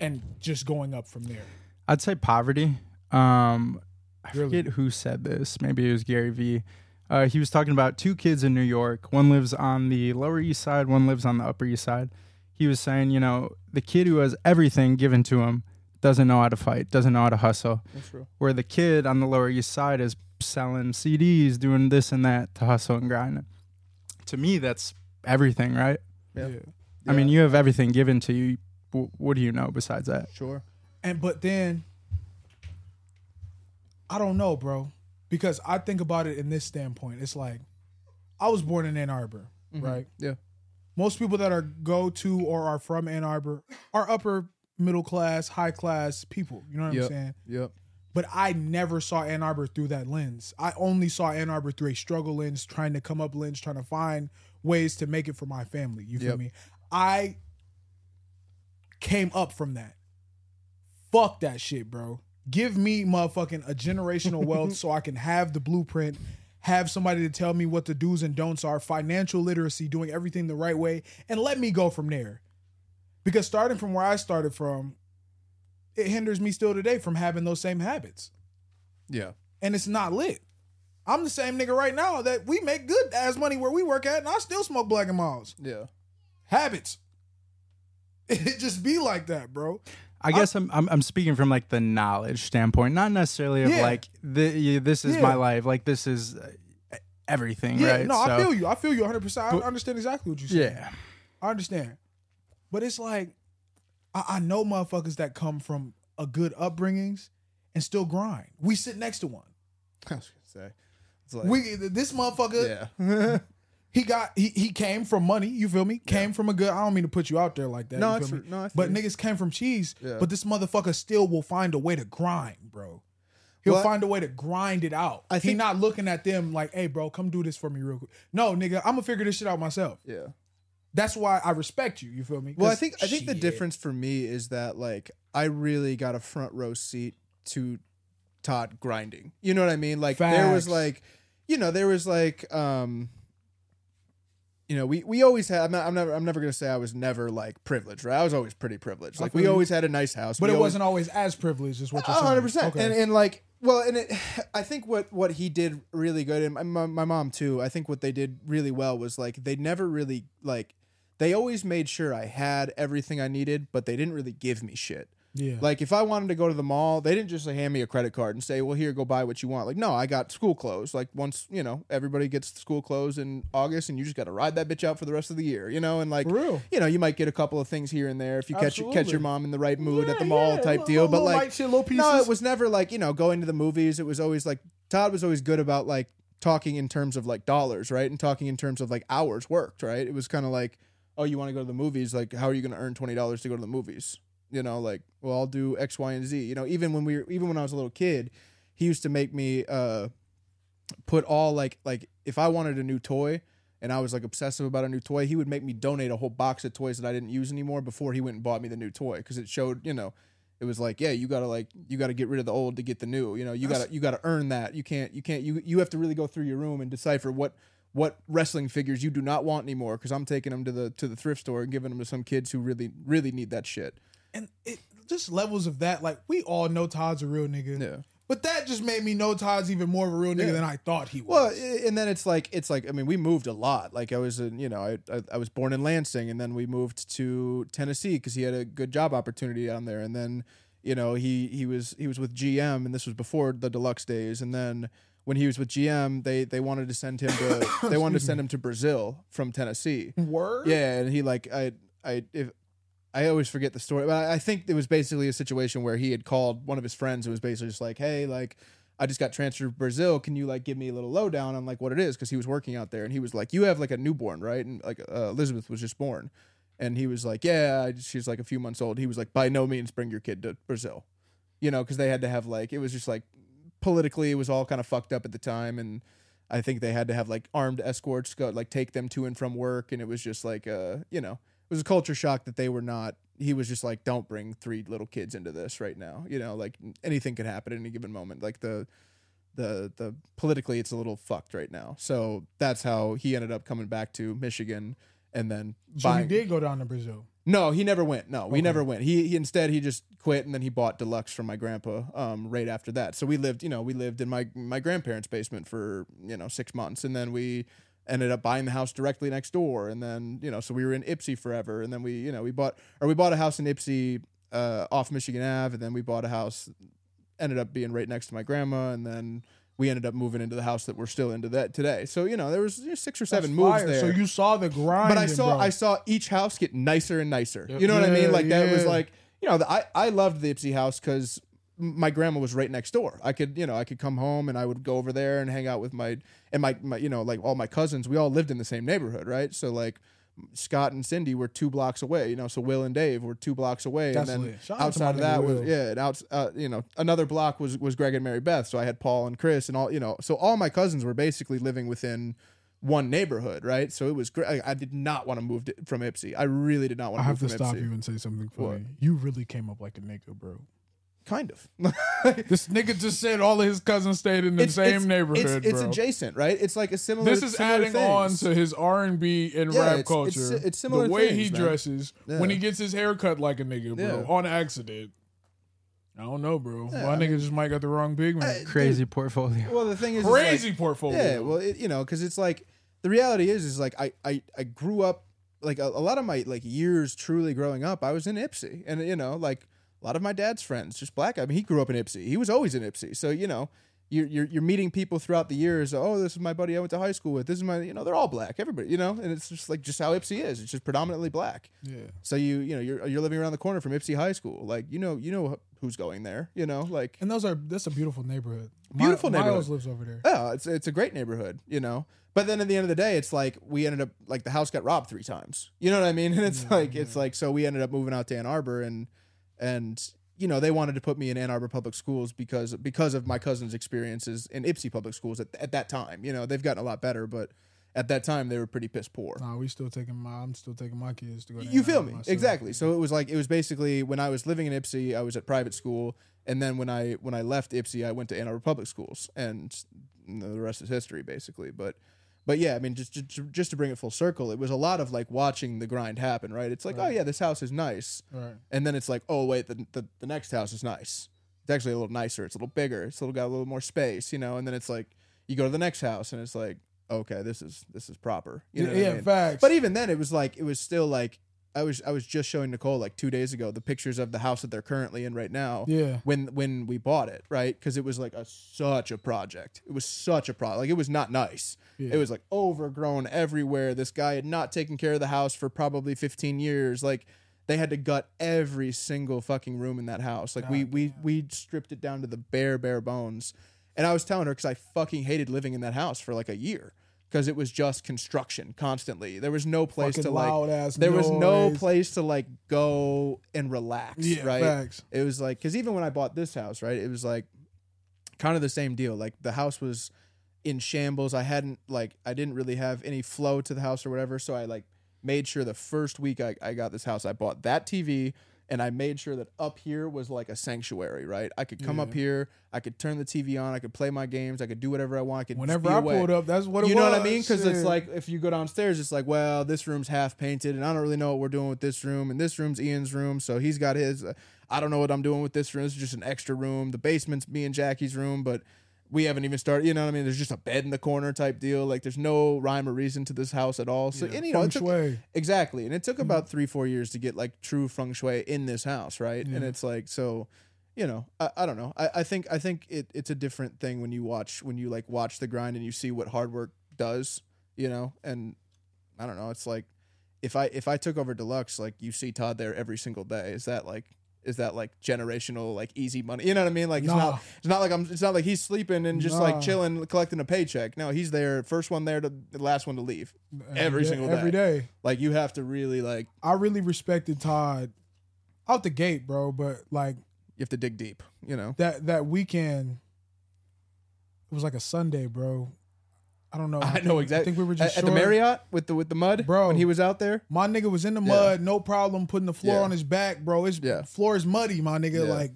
Speaker 1: and just going up from there?
Speaker 3: I'd say poverty. Um, I
Speaker 1: Really?
Speaker 3: forget who said this. Maybe it was Gary Vee. Uh, he was talking about two kids in New York. One lives on the Lower East Side, one lives on the Upper East Side. He was saying, you know, the kid who has everything given to him doesn't know how to fight, doesn't know how to hustle.
Speaker 2: That's true.
Speaker 3: Where the kid on the Lower East Side is selling CDs, doing this and that to hustle and grind. To me, that's everything, right?
Speaker 2: Yeah.
Speaker 3: I mean, you have everything given to you. W- what do you know besides that?
Speaker 2: sure.
Speaker 1: And but then I don't know, bro, because I think about it in this standpoint. It's like I was born in Ann Arbor, right?
Speaker 2: Yeah.
Speaker 1: Most people that are go to or are from Ann Arbor are upper middle class, high class people. You know what
Speaker 2: Yep.
Speaker 1: I'm saying?
Speaker 2: Yep.
Speaker 1: But I never saw Ann Arbor through that lens. I only saw Ann Arbor through a struggle lens, trying to come up lens, trying to find ways to make it for my family. You feel
Speaker 2: Yep.
Speaker 1: me? I came up from that. Fuck that shit, bro. Give me motherfucking a generational wealth so I can have the blueprint, have somebody to tell me what the do's and don'ts are, financial literacy, doing everything the right way, and let me go from there. Because starting from where I started from, it hinders me still today from having those same habits.
Speaker 2: Yeah.
Speaker 1: And it's not lit. I'm the same nigga right now that we make good ass money where we work at, and I still smoke black and miles.
Speaker 2: Yeah.
Speaker 1: Habits. It just be like that, bro.
Speaker 3: I guess
Speaker 2: Oh.
Speaker 3: I'm, I'm I'm speaking from like the knowledge standpoint, not necessarily of
Speaker 1: Yeah.
Speaker 3: like the, you, this is
Speaker 1: Yeah.
Speaker 3: my life, like this is uh, everything,
Speaker 1: Yeah,
Speaker 3: right?
Speaker 1: no, I
Speaker 3: So-
Speaker 1: feel you. I feel you 100. percent I
Speaker 3: But-
Speaker 1: understand exactly what you said.
Speaker 3: Yeah,
Speaker 1: I understand, but it's like I, I know motherfuckers that come from a good upbringings and still grind. We sit next to one.
Speaker 2: I was gonna say. It's like,
Speaker 1: We this motherfucker
Speaker 2: yeah.
Speaker 1: he got he, he came from money. You feel me? Came from a good. I don't mean to put you out there like that.
Speaker 2: No,
Speaker 1: you
Speaker 2: that's
Speaker 1: feel
Speaker 2: true. No, I feel
Speaker 1: but
Speaker 2: you.
Speaker 1: niggas came from cheese.
Speaker 2: Yeah.
Speaker 1: But this motherfucker still will find a way to grind, bro. He'll
Speaker 2: Well, I-
Speaker 1: find a way to grind it out.
Speaker 2: I
Speaker 1: he
Speaker 2: think-
Speaker 1: not looking at them like, hey, bro, come do this for me real quick. No, nigga, I'm gonna figure this shit out myself.
Speaker 2: yeah.
Speaker 1: That's why I respect you. You feel me?
Speaker 2: Well, I
Speaker 1: 'Cause
Speaker 2: think I think the
Speaker 1: shit.
Speaker 2: difference for me is that like I really got a front row seat to Todd grinding. You know what I mean? Like there was
Speaker 1: Facts.
Speaker 2: like, you know, there was like, um, you know, we we always had. I'm not. I'm never. I'm never gonna say I was never like privileged. Right? I was always pretty privileged. Like
Speaker 1: feel
Speaker 2: we
Speaker 1: you.
Speaker 2: always had a nice house.
Speaker 1: But
Speaker 2: we
Speaker 1: it
Speaker 2: always-
Speaker 1: wasn't always as privileged as what you're
Speaker 2: a
Speaker 1: saying.
Speaker 2: hundred percent.
Speaker 1: Okay.
Speaker 2: And and like, well, and it, I think what what he did really good, and my, my my mom too. I think what they did really well was like they never really like they always made sure I had everything I needed, but they didn't really give me shit.
Speaker 1: yeah.
Speaker 2: Like if I wanted to go to the mall, they didn't just like, hand me a credit card and say, "Well, here, go buy what you want." Like, no, I got school clothes. Like once you know everybody gets school clothes in August, and you just got to ride that bitch out for the rest of the year, you know. And like,
Speaker 1: For real.
Speaker 2: you know, you might get a couple of things here and there if you catch catch
Speaker 1: Absolutely.
Speaker 2: your mom in the right mood at the
Speaker 1: Yeah,
Speaker 2: mall
Speaker 1: yeah,
Speaker 2: type
Speaker 1: little-
Speaker 2: deal. But
Speaker 1: little
Speaker 2: like,
Speaker 1: light shit, little pieces.
Speaker 2: no, it was never like, you know, going to the movies. It was always like Todd was always good about like talking in terms of like dollars, right? And talking in terms of like hours worked, right? It was kind of like, oh, you want to go to the movies? Like, how are you going to earn $20 to go to the movies? You know, like, well, I'll do X, Y, and Z. You know, even when we were, even when I was a little kid, he used to make me uh put all like like if I wanted a new toy and I was like obsessive about a new toy, he would make me donate a whole box of toys that I didn't use anymore before he went and bought me the new toy because it showed, you know, it was like, yeah, you gotta like you gotta get rid of the old to get the new. You know, you gotta you gotta earn that. You can't you can't you you have to really go through your room and decipher what what wrestling figures you do not want anymore because I'm taking them to the to the thrift store and giving them to some kids who really really need that shit.
Speaker 1: and it just levels of that. Like we all know Todd's a real nigga.
Speaker 2: Yeah.
Speaker 1: But that just made me know Todd's even more of a real nigga
Speaker 2: Yeah.
Speaker 1: than I thought he was.
Speaker 2: Well, i- and then it's like it's like I mean, we moved a lot. Like I was, in, you know, I, I I was born in Lansing, and then we moved to Tennessee because he had a good job opportunity down there. And then you know he he was he was with GM, and this was before the deluxe days. And then when he was with GM, they they wanted to send him to they wanted to send him to Brazil from Tennessee.
Speaker 1: Word.
Speaker 2: Yeah, and he like I I if I always forget the story, but I I think it was basically a situation where he had called one of his friends and was basically just like, "Hey, like I just got transferred to Brazil. Can you like give me a little lowdown on like what it is?" Because he was working out there, and he was like, "You have like a newborn, right?" And like uh, Elizabeth was just born, and he was like, "Yeah, I- she's like a few months old." He was like, "By no means bring your kid to Brazil," you know, because they had to have like it was just like politically it was all kind of fucked up at the time, and I think they had to have like armed escorts go like take them to and from work, and it was just like uh you know it was a culture shock that they were not. He was just like, don't bring three little kids into this right now. You know, like anything could happen at any given moment. Like the the the politically, it's a little fucked right now. So that's how he ended up coming back to Michigan and then
Speaker 1: So he
Speaker 2: buying.
Speaker 1: did go down to Brazil.
Speaker 2: No, he never went. No, we
Speaker 1: Okay.
Speaker 2: never went. He, he instead he just quit and then he bought deluxe from my grandpa um, right after that. So we lived, you know, we lived in my my grandparents' basement for you know six months, and then we ended up buying the house directly next door, and then you know, so we were in Ipsy forever, and then we you know we bought or we bought a house in Ipsy uh, off Michigan Ave, and then we bought a house ended up being right next to my grandma, and then. We ended up moving into the house that we're still into that today. So you know there was you know, six or seven
Speaker 1: That's
Speaker 2: moves
Speaker 1: fire.
Speaker 2: there
Speaker 1: So you saw the grind.
Speaker 2: but I saw
Speaker 1: bro.
Speaker 2: I saw each house get nicer and nicer.
Speaker 1: Yep.
Speaker 2: You know what I
Speaker 1: Yeah,
Speaker 2: mean? Like that was
Speaker 1: yeah.
Speaker 2: like you know the, I I loved the Ipsy house because my grandma was right next door. I could you know I could come home and I would go over there and hang out with my and my, my you know like all my cousins. We all lived in the same neighborhood, right? So like. Scott and Cindy were two blocks away, you know. So Will and Dave were two blocks away,
Speaker 1: That's
Speaker 2: and then
Speaker 1: lit. Shout out to
Speaker 2: outside
Speaker 1: my
Speaker 2: of
Speaker 1: nigga
Speaker 2: that was
Speaker 1: Will.
Speaker 2: yeah, and out uh, you know another block was was Greg and Mary Beth. So I had Paul and Chris and all you know. So all my cousins were basically living within one neighborhood, right? So it was great. I, I did not want to move to, from Ipsy. I really did not want
Speaker 1: I
Speaker 2: to move
Speaker 1: have
Speaker 2: from
Speaker 1: to stop
Speaker 2: Ipsy.
Speaker 1: you and say something funny.
Speaker 2: What?
Speaker 1: You really came up like a nigga, bro.
Speaker 2: Kind of.
Speaker 1: This nigga just said all of his cousins stayed in the
Speaker 2: It's-
Speaker 1: same
Speaker 2: it's-
Speaker 1: neighborhood,
Speaker 2: It's, it's
Speaker 1: bro.
Speaker 2: adjacent, right? It's like a similar.
Speaker 1: this is
Speaker 2: similar
Speaker 1: adding on
Speaker 2: things.
Speaker 1: to his R and B and
Speaker 2: Yeah,
Speaker 1: rap
Speaker 2: it's-
Speaker 1: culture.
Speaker 2: it's- it's similar
Speaker 1: The way
Speaker 2: things,
Speaker 1: he
Speaker 2: man.
Speaker 1: dresses when
Speaker 2: Yeah.
Speaker 1: he gets his hair cut like a nigga, bro,
Speaker 2: Yeah.
Speaker 1: on accident. I don't know, bro.
Speaker 2: Yeah,
Speaker 1: My
Speaker 2: I
Speaker 1: nigga just might got the wrong big man.
Speaker 3: crazy portfolio.
Speaker 2: Well, the thing is, is like-
Speaker 1: Crazy portfolio.
Speaker 2: Yeah, well, it, you know, because it's like the reality is, is like I I, I grew up like a, a lot of my like years truly growing up, I was in Ipsy, and you know, like a lot of my dad's friends, just black. I mean, he grew up in Ipsy. He was always in Ipsy. So, you know, you're, you're, you're meeting people throughout the years. Oh, this is my buddy I went to high school with. This is my, you know, they're all black, everybody, you know, and it's just like just how Ipsy is. It's just predominantly black.
Speaker 1: Yeah.
Speaker 2: So you, you know, you're, you're living around the corner from Ipsy High School. Like, you know, you know who's going there, you know, like,
Speaker 1: And those are that's a beautiful neighborhood. Mi-
Speaker 2: Beautiful
Speaker 1: Miles
Speaker 2: neighborhood.
Speaker 1: lives over there.
Speaker 2: oh, it's, it's a great neighborhood, you know. But then at the end of the day, it's like we ended up, like, the house got robbed three times. You know what I mean? And it's like, it's like, so we ended up moving out to Ann Arbor and, and, you know, they wanted to put me in Ann Arbor public schools because because of my cousin's experiences in Ipsy public schools at, at that time. You know, they've gotten a lot better, but at that time they were pretty piss poor.
Speaker 1: Nah, we still taking my I'm still taking my kids to go. to
Speaker 2: You feel
Speaker 1: Anaheim
Speaker 2: me?
Speaker 1: myself.
Speaker 2: Exactly. So it was like it was basically when I was living in Ipsy, I was at private school, and then when I when I left Ipsy, I went to Ann Arbor Public Schools, and the rest is history, basically. But but yeah, I mean, just just, just to bring it full circle, it was a lot of like watching the grind happen, right? It's like, oh yeah, this house is nice,
Speaker 1: Right.
Speaker 2: and then it's like, oh wait, the, the the next house is nice. It's actually a little nicer. It's a little bigger. It's a little got a little more space, you know. And then it's like you go to the next house, and it's like, okay, this is this is proper. You know what I
Speaker 1: yeah,
Speaker 2: mean?
Speaker 1: facts.
Speaker 2: But even then, it was like it was still like I was I was just showing Nicole like two days ago the pictures of the house that they're currently in right now.
Speaker 1: yeah.
Speaker 2: When when we bought it, right? Because it was like a such a project. It was such a project. Like it was not nice.
Speaker 1: Yeah.
Speaker 2: It was like overgrown everywhere. This guy had not taken care of the house for probably fifteen years. Like they had to gut every single fucking room in that house. Like we we we stripped it down to the bare bare bones. And I was telling her because I fucking hated living in that house for like a year because it was just construction constantly. There was no place
Speaker 1: Fucking
Speaker 2: to like.
Speaker 1: loud ass
Speaker 2: there was no
Speaker 1: noise.
Speaker 2: place to like go and relax.
Speaker 1: Yeah,
Speaker 2: right.
Speaker 1: facts.
Speaker 2: It was like because even when I bought this house, right, it was like kind of the same deal. Like the house was in shambles. I hadn't like I didn't really have any flow to the house or whatever. So I like made sure the first week I, I got this house, I bought that TV and I made sure that up here was like a sanctuary, right? I could come up here, I could turn the TV on, I could play my games, I could do whatever I want. I could
Speaker 1: Whenever
Speaker 2: be
Speaker 1: I
Speaker 2: away.
Speaker 1: pulled up, that's what it
Speaker 2: you
Speaker 1: was.
Speaker 2: know what I mean? Because it's
Speaker 1: yeah.
Speaker 2: like if you go downstairs, it's like, well, this room's half painted, and I don't really know what we're doing with this room, and this room's Ian's room, so he's got his. Uh, I don't know what I'm doing with this room. This is just an extra room. The basement's me and Jackie's room, but we haven't even started. You know what I mean? There's just a bed in the corner type deal. Like there's no rhyme or reason to this house at all. So
Speaker 1: Yeah,
Speaker 2: and you know,
Speaker 1: feng
Speaker 2: it took,
Speaker 1: shui. Mm-hmm.
Speaker 2: Exactly. And it took about three, four years to get like true feng shui in this house, right? And
Speaker 1: Yeah.
Speaker 2: it's like so you know, I, I don't know. I, I think I think it, it's a different thing when you watch when you like watch the grind and you see what hard work does, you know, and I don't know, it's like if I if I took over deluxe, like you see Todd there every single day, is that like is that like generational like easy money? You know what I mean? Like it's
Speaker 1: Nah.
Speaker 2: not it's not like I'm it's not like he's sleeping and just
Speaker 1: Nah.
Speaker 2: like chilling collecting a paycheck. No, he's there first one there to the last one to leave. every
Speaker 1: day-
Speaker 2: single
Speaker 1: every day.
Speaker 2: Like you have to really like
Speaker 1: I really respected Todd out the gate, bro. But like
Speaker 2: you have to dig deep, you know.
Speaker 1: that that weekend, it was like a Sunday, bro. I don't know.
Speaker 2: I
Speaker 1: think-
Speaker 2: know exactly.
Speaker 1: I think we were just
Speaker 2: at, at the
Speaker 1: short.
Speaker 2: Marriott with the with the mud,
Speaker 1: Bro.
Speaker 2: When he was out there,
Speaker 1: My nigga was in the mud, no problem putting the floor
Speaker 2: Yeah.
Speaker 1: on his back, bro. His
Speaker 2: Yeah.
Speaker 1: floor is muddy, my nigga.
Speaker 2: Yeah.
Speaker 1: Like,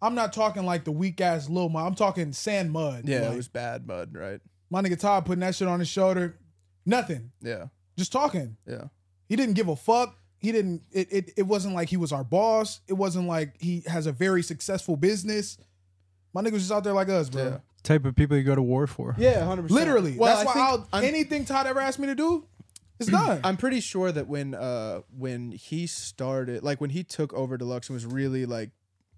Speaker 1: I'm not talking like the weak ass little mud. I'm talking sand mud.
Speaker 2: yeah,
Speaker 1: Like,
Speaker 2: it was bad mud, right?
Speaker 1: my nigga Todd putting that shit on his shoulder. Nothing.
Speaker 2: Yeah,
Speaker 1: Just talking.
Speaker 2: yeah,
Speaker 1: He didn't give a fuck. He didn't it, it it wasn't like he was our boss. It wasn't like he has a very successful business. My nigga was just out there like us, bro.
Speaker 2: Yeah.
Speaker 3: Type of people you go to war for.
Speaker 2: yeah, hundred percent.
Speaker 1: Literally. That's why I'll,
Speaker 2: I'm,
Speaker 1: anything Todd ever asked me to do, it's done.
Speaker 2: I'm pretty sure that when uh when he started, like when he took over Deluxe and was really like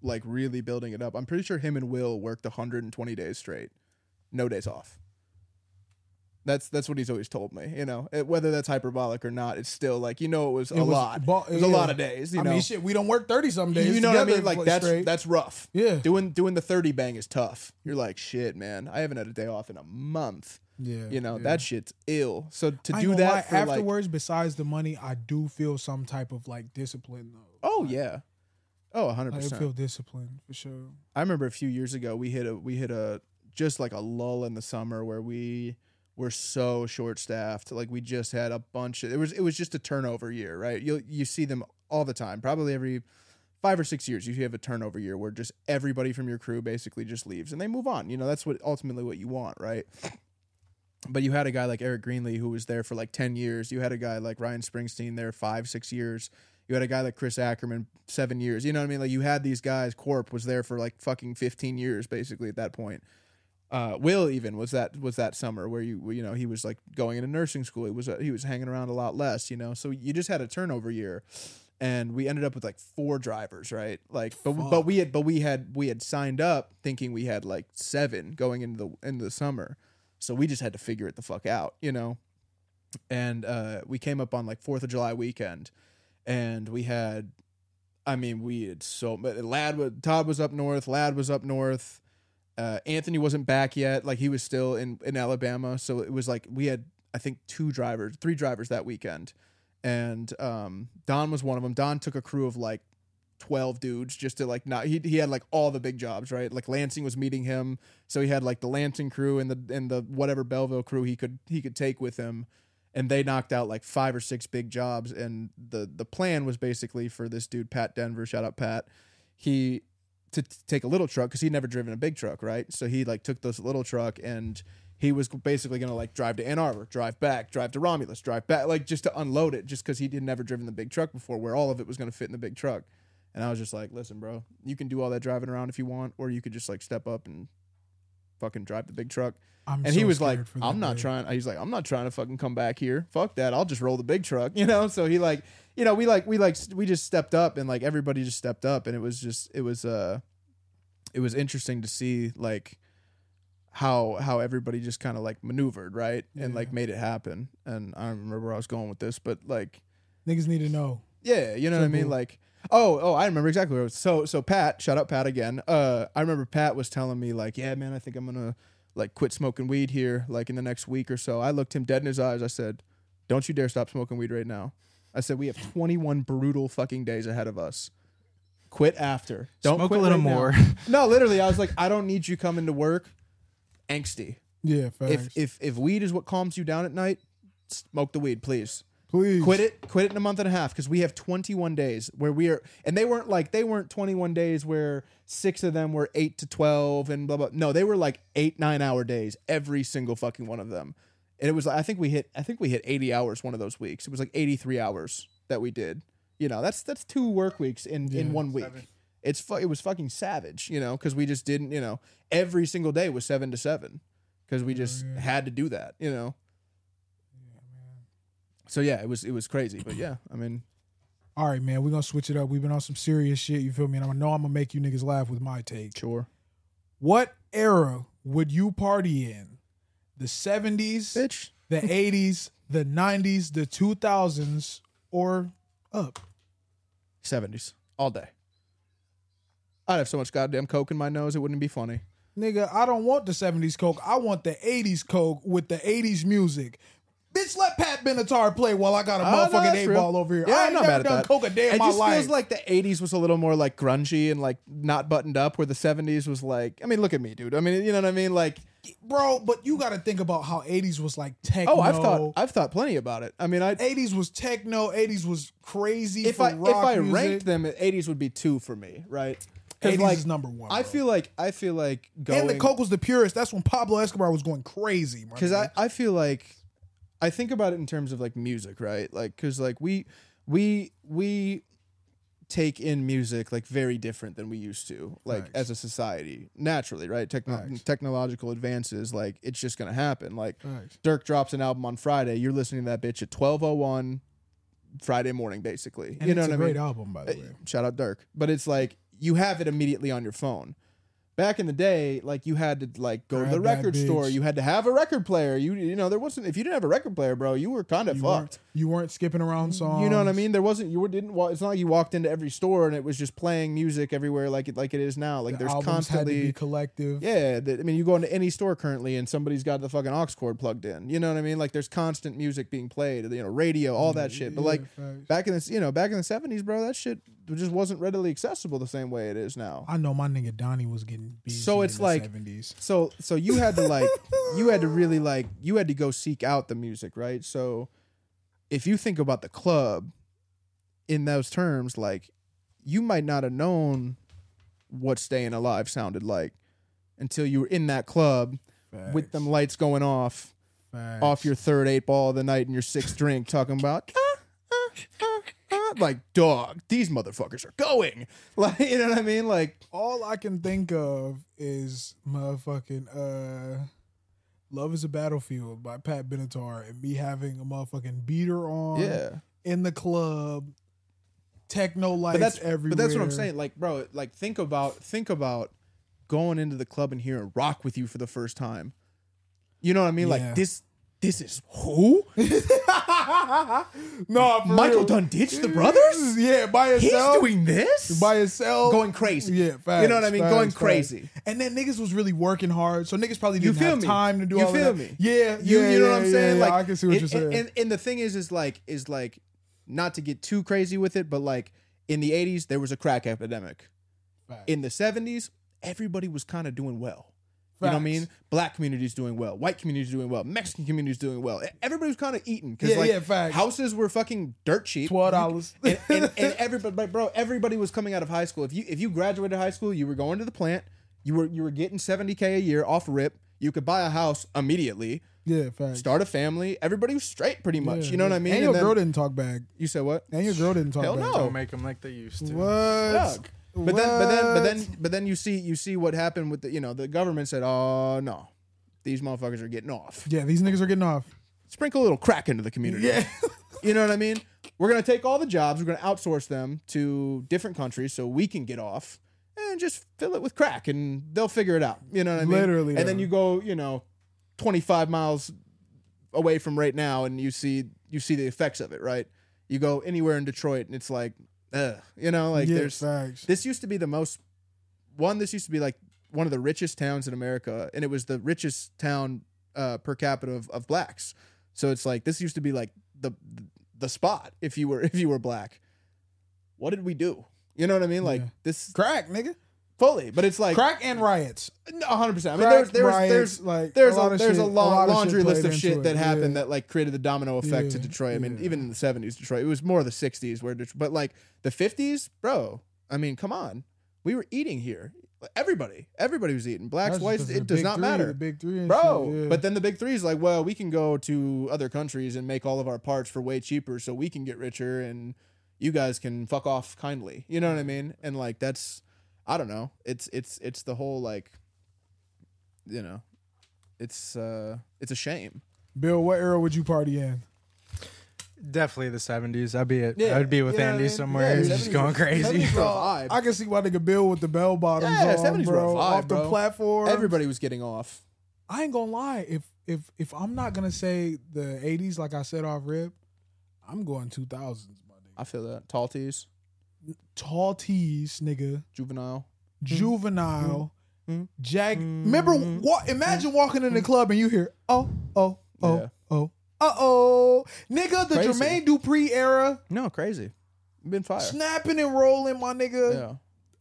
Speaker 2: like really building it up, I'm pretty sure him and Will worked 120 days straight, no days off. That's that's what he's always told me. You know, It- whether that's hyperbolic or not, it's still like you know it was a
Speaker 1: was
Speaker 2: lot.
Speaker 1: bu-
Speaker 2: it was a
Speaker 1: yeah.
Speaker 2: lot of days. You
Speaker 1: I
Speaker 2: know,
Speaker 1: mean, shit, we don't work 30 some days.
Speaker 2: you know what I
Speaker 1: together,
Speaker 2: mean? Like
Speaker 1: like,
Speaker 2: that's
Speaker 1: straight.
Speaker 2: that's rough.
Speaker 1: Yeah.
Speaker 2: Doing doing the thirty bang is tough. You're like shit, man. I haven't had a day off in a month.
Speaker 1: yeah.
Speaker 2: You know
Speaker 1: yeah.
Speaker 2: that shit's ill. So to
Speaker 1: I ain't
Speaker 2: do
Speaker 1: gonna lie,
Speaker 2: that for like
Speaker 1: afterwards, besides the money, I do feel some type of like discipline though.
Speaker 2: oh yeah, oh hundred
Speaker 1: Like, I
Speaker 2: percent.
Speaker 1: feel disciplined for sure.
Speaker 2: I remember a few years ago we hit a we hit a just like a lull in the summer where we were so short staffed. Like we just had a bunch of it was it was just a turnover year, right? You you see them all the time, probably every five or six years. You have a turnover year where just everybody from your crew basically just leaves and they move on. You know that's what ultimately what you want, right? But you had a guy like Eric Greenlee who was there for like ten years. You had a guy like Ryan Springsteen there five six years. You had a guy like Chris Ackerman, seven years. You know what I mean? Like you had these guys. Corp was there for like fucking fifteen years, basically at that point. Uh, Will even was that was that summer where you you know he was like going into nursing school. He was uh, he was hanging around a lot less. You know, so you just had a turnover year, and we ended up with like four drivers, right? Like, but but we had but we had we had signed up thinking we had like seven going into the into the summer, so we just had to figure it the fuck out, you know. And uh, we came up on like Fourth of July weekend, and we had, I mean, we had so but Lad was Todd was up north, Lad was up north. Uh, Anthony wasn't back yet, like he was still in in Alabama, so it was like we had I think two drivers, three drivers that weekend and um, Don was one of them. Don took a crew of like twelve dudes just to like not. He he had like all the big jobs, right? Like Lansing was meeting him, so he had like the Lansing crew and the and the whatever Belleville crew he could he could take with him, and they knocked out like five or six big jobs. And the the plan was basically for this dude Pat Denver, shout out Pat, he to t- take a little truck because he'd never driven a big truck, right? So he like took this little truck and he was basically going to like drive to Ann Arbor, drive back, drive to Romulus, drive back, like just to unload it, just because he had never driven the big truck before, where all of it was going to fit in the big truck. And I was just like, listen, bro, you can do all that driving around if you want, or you could just like step up and fucking drive the big truck.
Speaker 1: I'm
Speaker 2: and
Speaker 1: so
Speaker 2: he was like,
Speaker 1: scared for that
Speaker 2: I'm not
Speaker 1: day.
Speaker 2: trying. He's like, I'm not trying to fucking come back here. Fuck that. I'll just roll the big truck, you know. So he like, you know, we like, we like, we just stepped up, and like everybody just stepped up, and it was just, it was, uh, it was interesting to see like how how everybody just kind of like maneuvered right and
Speaker 1: Yeah.
Speaker 2: like made it happen and i don't remember where i was going with this but like
Speaker 1: Niggas need to know.
Speaker 2: yeah, you know what I mean?
Speaker 1: Simple.
Speaker 2: Like, oh, oh, I remember exactly where it was. So, so Pat, shout out Pat again. Uh, I remember Pat was telling me like, yeah, man, I think I'm gonna like quit smoking weed here, like in the next week or so. I looked him dead in his eyes. I said, don't you dare stop smoking weed right now. I said, we have 21 brutal fucking days ahead of us. Quit after. Don't
Speaker 3: Smoke a
Speaker 2: quit
Speaker 3: little
Speaker 2: right now."
Speaker 3: more.
Speaker 2: No, literally, I was like, I don't need you coming to work, angsty.
Speaker 1: Yeah, facts.
Speaker 2: If if if weed is what calms you down at night, smoke the weed, please
Speaker 1: Please
Speaker 2: quit it quit it in a month and a half because we have 21 days where we are and they weren't like they weren't 21 days where six of them were 8 to 12 and blah blah no they were like eight nine hour days every single fucking one of them and it was like i think we hit i think we hit 80 hours one of those weeks it was like 83 hours that we did you know that's that's two work weeks in in
Speaker 1: Yeah.
Speaker 2: one week it's fu- it was fucking savage you know because we just didn't you know every single day was seven to seven because we just
Speaker 1: Oh, yeah.
Speaker 2: had to do that you know so yeah, it was it was crazy, but yeah, I mean,
Speaker 1: All right, man, we're gonna switch it up. We've been on some serious shit, you feel me? And I know I'm gonna make you niggas laugh with my take.
Speaker 2: Sure.
Speaker 1: What era would you party in? The 70s,
Speaker 2: Bitch.
Speaker 1: the 80s, the 90s, the 2000s, or up?
Speaker 2: 70s. All day. I'd have so much goddamn coke in my nose, it wouldn't be funny.
Speaker 1: Nigga, I don't want the 70s Coke. I want the 80s Coke with the 80s music. Bitch, let Pat Benatar play while I got a
Speaker 2: Oh, no,
Speaker 1: motherfucking
Speaker 2: that's
Speaker 1: eight
Speaker 2: real.
Speaker 1: ball over here.
Speaker 2: Yeah,
Speaker 1: I
Speaker 2: I'm
Speaker 1: ain't
Speaker 2: not
Speaker 1: never
Speaker 2: mad at
Speaker 1: done
Speaker 2: that.
Speaker 1: Coke a day in
Speaker 2: It
Speaker 1: my
Speaker 2: just
Speaker 1: life.
Speaker 2: feels like the 80s was a little more like grungy and like not buttoned up, where the 70s was like, I mean, look at me, dude. I mean, you know what I mean? Like,
Speaker 1: Bro, but you got to think about how 80s was like techno.
Speaker 2: oh, I've thought, I've thought plenty about it. I mean, I
Speaker 1: 80s was techno. 80s was crazy.
Speaker 2: if
Speaker 1: for
Speaker 2: I if
Speaker 1: rock
Speaker 2: I
Speaker 1: music.
Speaker 2: ranked them, 80s would be two for me, right?
Speaker 1: 80s
Speaker 2: Because like,
Speaker 1: is number one.
Speaker 2: I
Speaker 1: bro.
Speaker 2: feel like I feel like going
Speaker 1: and the Coke was the purest. That's when Pablo Escobar was going crazy.
Speaker 2: because I, I feel like I think about it in terms of like music, right? Like because like we we we take in music like very different than we used to, like
Speaker 1: Facts.
Speaker 2: as a society naturally, right? Techno-
Speaker 1: Facts.
Speaker 2: technological advances, like it's just gonna happen. Like
Speaker 1: Facts.
Speaker 2: Dirk drops an album on Friday, you're listening to that bitch at twelve oh one Friday morning, basically.
Speaker 1: and
Speaker 2: you know
Speaker 1: it's
Speaker 2: what
Speaker 1: a
Speaker 2: I
Speaker 1: great
Speaker 2: mean?
Speaker 1: album by the way.
Speaker 2: Shout out Dirk. But it's like you have it immediately on your phone. Back in the day, like you had to like go to
Speaker 1: Grab
Speaker 2: the
Speaker 1: that
Speaker 2: record
Speaker 1: bitch.
Speaker 2: store. You had to have a record player. You you know there wasn't if you didn't have a record player, bro, you were kind of
Speaker 1: You
Speaker 2: fucked.
Speaker 1: weren't, you weren't skipping around songs.
Speaker 2: You know what I mean? There wasn't you were didn't wa- it's not like you walked into every store and it was just playing music everywhere like it like it is now. Like
Speaker 1: The
Speaker 2: there's
Speaker 1: albums had to be
Speaker 2: constantly
Speaker 1: collective.
Speaker 2: yeah, th- I mean, you go into any store currently, and somebody's got the fucking aux cord plugged in. You know what I mean? Like, there's constant music being played, you know, radio, all that shit. But
Speaker 1: Mm, yeah,
Speaker 2: like,
Speaker 1: facts.
Speaker 2: back in the you know back in the seventies, bro, that shit just wasn't readily accessible the same way it is now.
Speaker 1: I know my nigga Donnie was getting busy
Speaker 2: So it's
Speaker 1: in the
Speaker 2: like-
Speaker 1: 70s.
Speaker 2: So so you had to like you had to really like you had to go seek out the music, right? So if you think about the club in those terms, like you might not have known what staying alive sounded like until you were in that club with them lights going off
Speaker 1: Facts.
Speaker 2: off your third eight ball of the night and your sixth drink talking about "Ah, ah, ah, ah," like dog these motherfuckers are going like you know what i mean like
Speaker 1: all I can think of is motherfucking uh Love is a Battlefield by Pat Benatar and me having a motherfucking beater on
Speaker 2: yeah
Speaker 1: in the club techno lights
Speaker 2: but that's
Speaker 1: everywhere.
Speaker 2: But that's what I'm saying. Like, bro, like think about think about going into the club and hearing rock with you for the first time. You know what I mean?
Speaker 1: Yeah.
Speaker 2: Like this this is who?
Speaker 1: no, for
Speaker 2: Michael
Speaker 1: real.
Speaker 2: Dunn ditched the brothers?
Speaker 1: Yeah, by
Speaker 2: He's
Speaker 1: yourself.
Speaker 2: doing this?
Speaker 1: by yourself.
Speaker 2: going crazy.
Speaker 1: Yeah, facts,
Speaker 2: You know what I mean?
Speaker 1: facts,
Speaker 2: going
Speaker 1: facts.
Speaker 2: crazy.
Speaker 1: And then niggas was really working hard, so niggas probably
Speaker 2: You
Speaker 1: didn't
Speaker 2: feel
Speaker 1: have
Speaker 2: me?
Speaker 1: time to do
Speaker 2: you
Speaker 1: all of
Speaker 2: feel
Speaker 1: that.
Speaker 2: me?
Speaker 1: Yeah,
Speaker 2: You,
Speaker 1: yeah,
Speaker 2: you know
Speaker 1: yeah,
Speaker 2: what I'm
Speaker 1: yeah,
Speaker 2: saying?
Speaker 1: yeah,
Speaker 2: like
Speaker 1: I can see what
Speaker 2: and-
Speaker 1: you're saying.
Speaker 2: And, and, and the thing is, is like, is like, not to get too crazy with it, but like in the '80s there was a crack epidemic.
Speaker 1: Facts.
Speaker 2: In the '70s, everybody was kind of doing well. You know what I
Speaker 1: Facts.
Speaker 2: mean? Black communities doing well, white communities doing well, Mexican communities doing well. E- Everybody was kind of eating because
Speaker 1: Yeah,
Speaker 2: like
Speaker 1: yeah, facts.
Speaker 2: houses were fucking dirt cheap.
Speaker 1: Twelve dollars.
Speaker 2: and, and, and everybody, but bro, everybody was coming out of high school. If you if you graduated high school, you were going to the plant. You were you were getting seventy k a year off rip. You could buy a house immediately,
Speaker 1: yeah, facts.
Speaker 2: start a family. Everybody was straight, pretty much.
Speaker 1: Yeah,
Speaker 2: you know what
Speaker 1: yeah.
Speaker 2: I mean?
Speaker 1: And
Speaker 2: And
Speaker 1: your
Speaker 2: then-
Speaker 1: girl didn't talk back.
Speaker 2: you said what?
Speaker 1: And your girl didn't talk
Speaker 2: Hell
Speaker 1: back.
Speaker 2: no.
Speaker 3: Don't make them like they used to.
Speaker 1: What?
Speaker 2: Fuck. But then, but then, but then, but then you see you see what happened with the you know the government said, oh no, these motherfuckers are getting off.
Speaker 1: yeah, these niggas are getting off.
Speaker 2: Sprinkle a little crack into the community.
Speaker 1: Yeah.
Speaker 2: You know what I mean? We're gonna take all the jobs, we're gonna outsource them to different countries so we can get off and just fill it with crack and they'll figure it out. You know what I mean?
Speaker 1: Literally,
Speaker 2: And then
Speaker 1: yeah.
Speaker 2: you go, you know, twenty five miles away from right now and you see you see the effects of it, right? You go anywhere in Detroit and it's like, ugh. You know, like
Speaker 1: yeah,
Speaker 2: there's
Speaker 1: facts.
Speaker 2: this used to be the most one, this used to be like one of the richest towns in America, and it was the richest town uh, per capita of, of blacks. So it's like this used to be like the the spot if you were if you were black. What did we do? You know what I mean? Like
Speaker 1: Yeah.
Speaker 2: this
Speaker 1: Crack, nigga.
Speaker 2: fully, but it's like
Speaker 1: Crack and riots.
Speaker 2: hundred percent. I mean,
Speaker 1: Crack,
Speaker 2: there's there's
Speaker 1: riots,
Speaker 2: there's
Speaker 1: like
Speaker 2: there's
Speaker 1: a lot
Speaker 2: a,
Speaker 1: of
Speaker 2: there's
Speaker 1: shit,
Speaker 2: a, long,
Speaker 1: lot of
Speaker 2: laundry
Speaker 1: shit
Speaker 2: list
Speaker 1: played
Speaker 2: of shit
Speaker 1: into
Speaker 2: that
Speaker 1: it.
Speaker 2: happened
Speaker 1: Yeah.
Speaker 2: that like created the domino effect to
Speaker 1: Yeah,
Speaker 2: Detroit. I mean,
Speaker 1: yeah.
Speaker 2: even in the seventies, Detroit it was more the sixties where, Det- but like the fifties, bro. I mean, come on, we were eating here. Everybody, everybody was eating. Blacks,
Speaker 1: That's
Speaker 2: whites,
Speaker 1: because of the
Speaker 2: it does
Speaker 1: big
Speaker 2: not
Speaker 1: three,
Speaker 2: matter,
Speaker 1: The big three, and
Speaker 2: bro.
Speaker 1: shit, yeah.
Speaker 2: But then the big three is like, well, we can go to other countries and make all of our parts for way cheaper, so we can get richer, and you guys can fuck off kindly. You know what I mean? And like that's, I don't know. It's it's it's the whole like you know, it's uh, it's a shame.
Speaker 1: Bill, what era would you party in?
Speaker 3: Definitely the 70s. I'd be it.
Speaker 2: Yeah,
Speaker 3: I'd be with
Speaker 2: you know what I
Speaker 3: Andy
Speaker 2: mean?
Speaker 3: somewhere.
Speaker 2: Yeah,
Speaker 3: He's just
Speaker 2: 70s
Speaker 3: going crazy.
Speaker 2: 70s were a vibe.
Speaker 1: I can see why nigga Bill with the bell bottoms
Speaker 2: Yeah,
Speaker 1: on,
Speaker 2: 70s were a
Speaker 1: bro,
Speaker 2: vibe,
Speaker 1: off the
Speaker 2: bro.
Speaker 1: platform.
Speaker 2: Everybody was getting off.
Speaker 1: I ain't gonna lie. If if if I'm not gonna say the '80s, like I said off rip, I'm going 2000s, my nigga.
Speaker 2: I feel that tall tees,
Speaker 1: Tall tees, nigga.
Speaker 2: Mm-hmm. juvenile.
Speaker 1: juvenile,
Speaker 2: Mm.
Speaker 1: jag. Remember,
Speaker 2: Mm-hmm.
Speaker 1: wa- imagine walking in the club and you hear, oh, oh, oh,
Speaker 2: Yeah.
Speaker 1: oh, uh oh, nigga, the
Speaker 2: Crazy.
Speaker 1: Jermaine Dupri era,
Speaker 2: No, crazy. Been fire.
Speaker 1: snapping and rolling, my nigga.
Speaker 2: Yeah,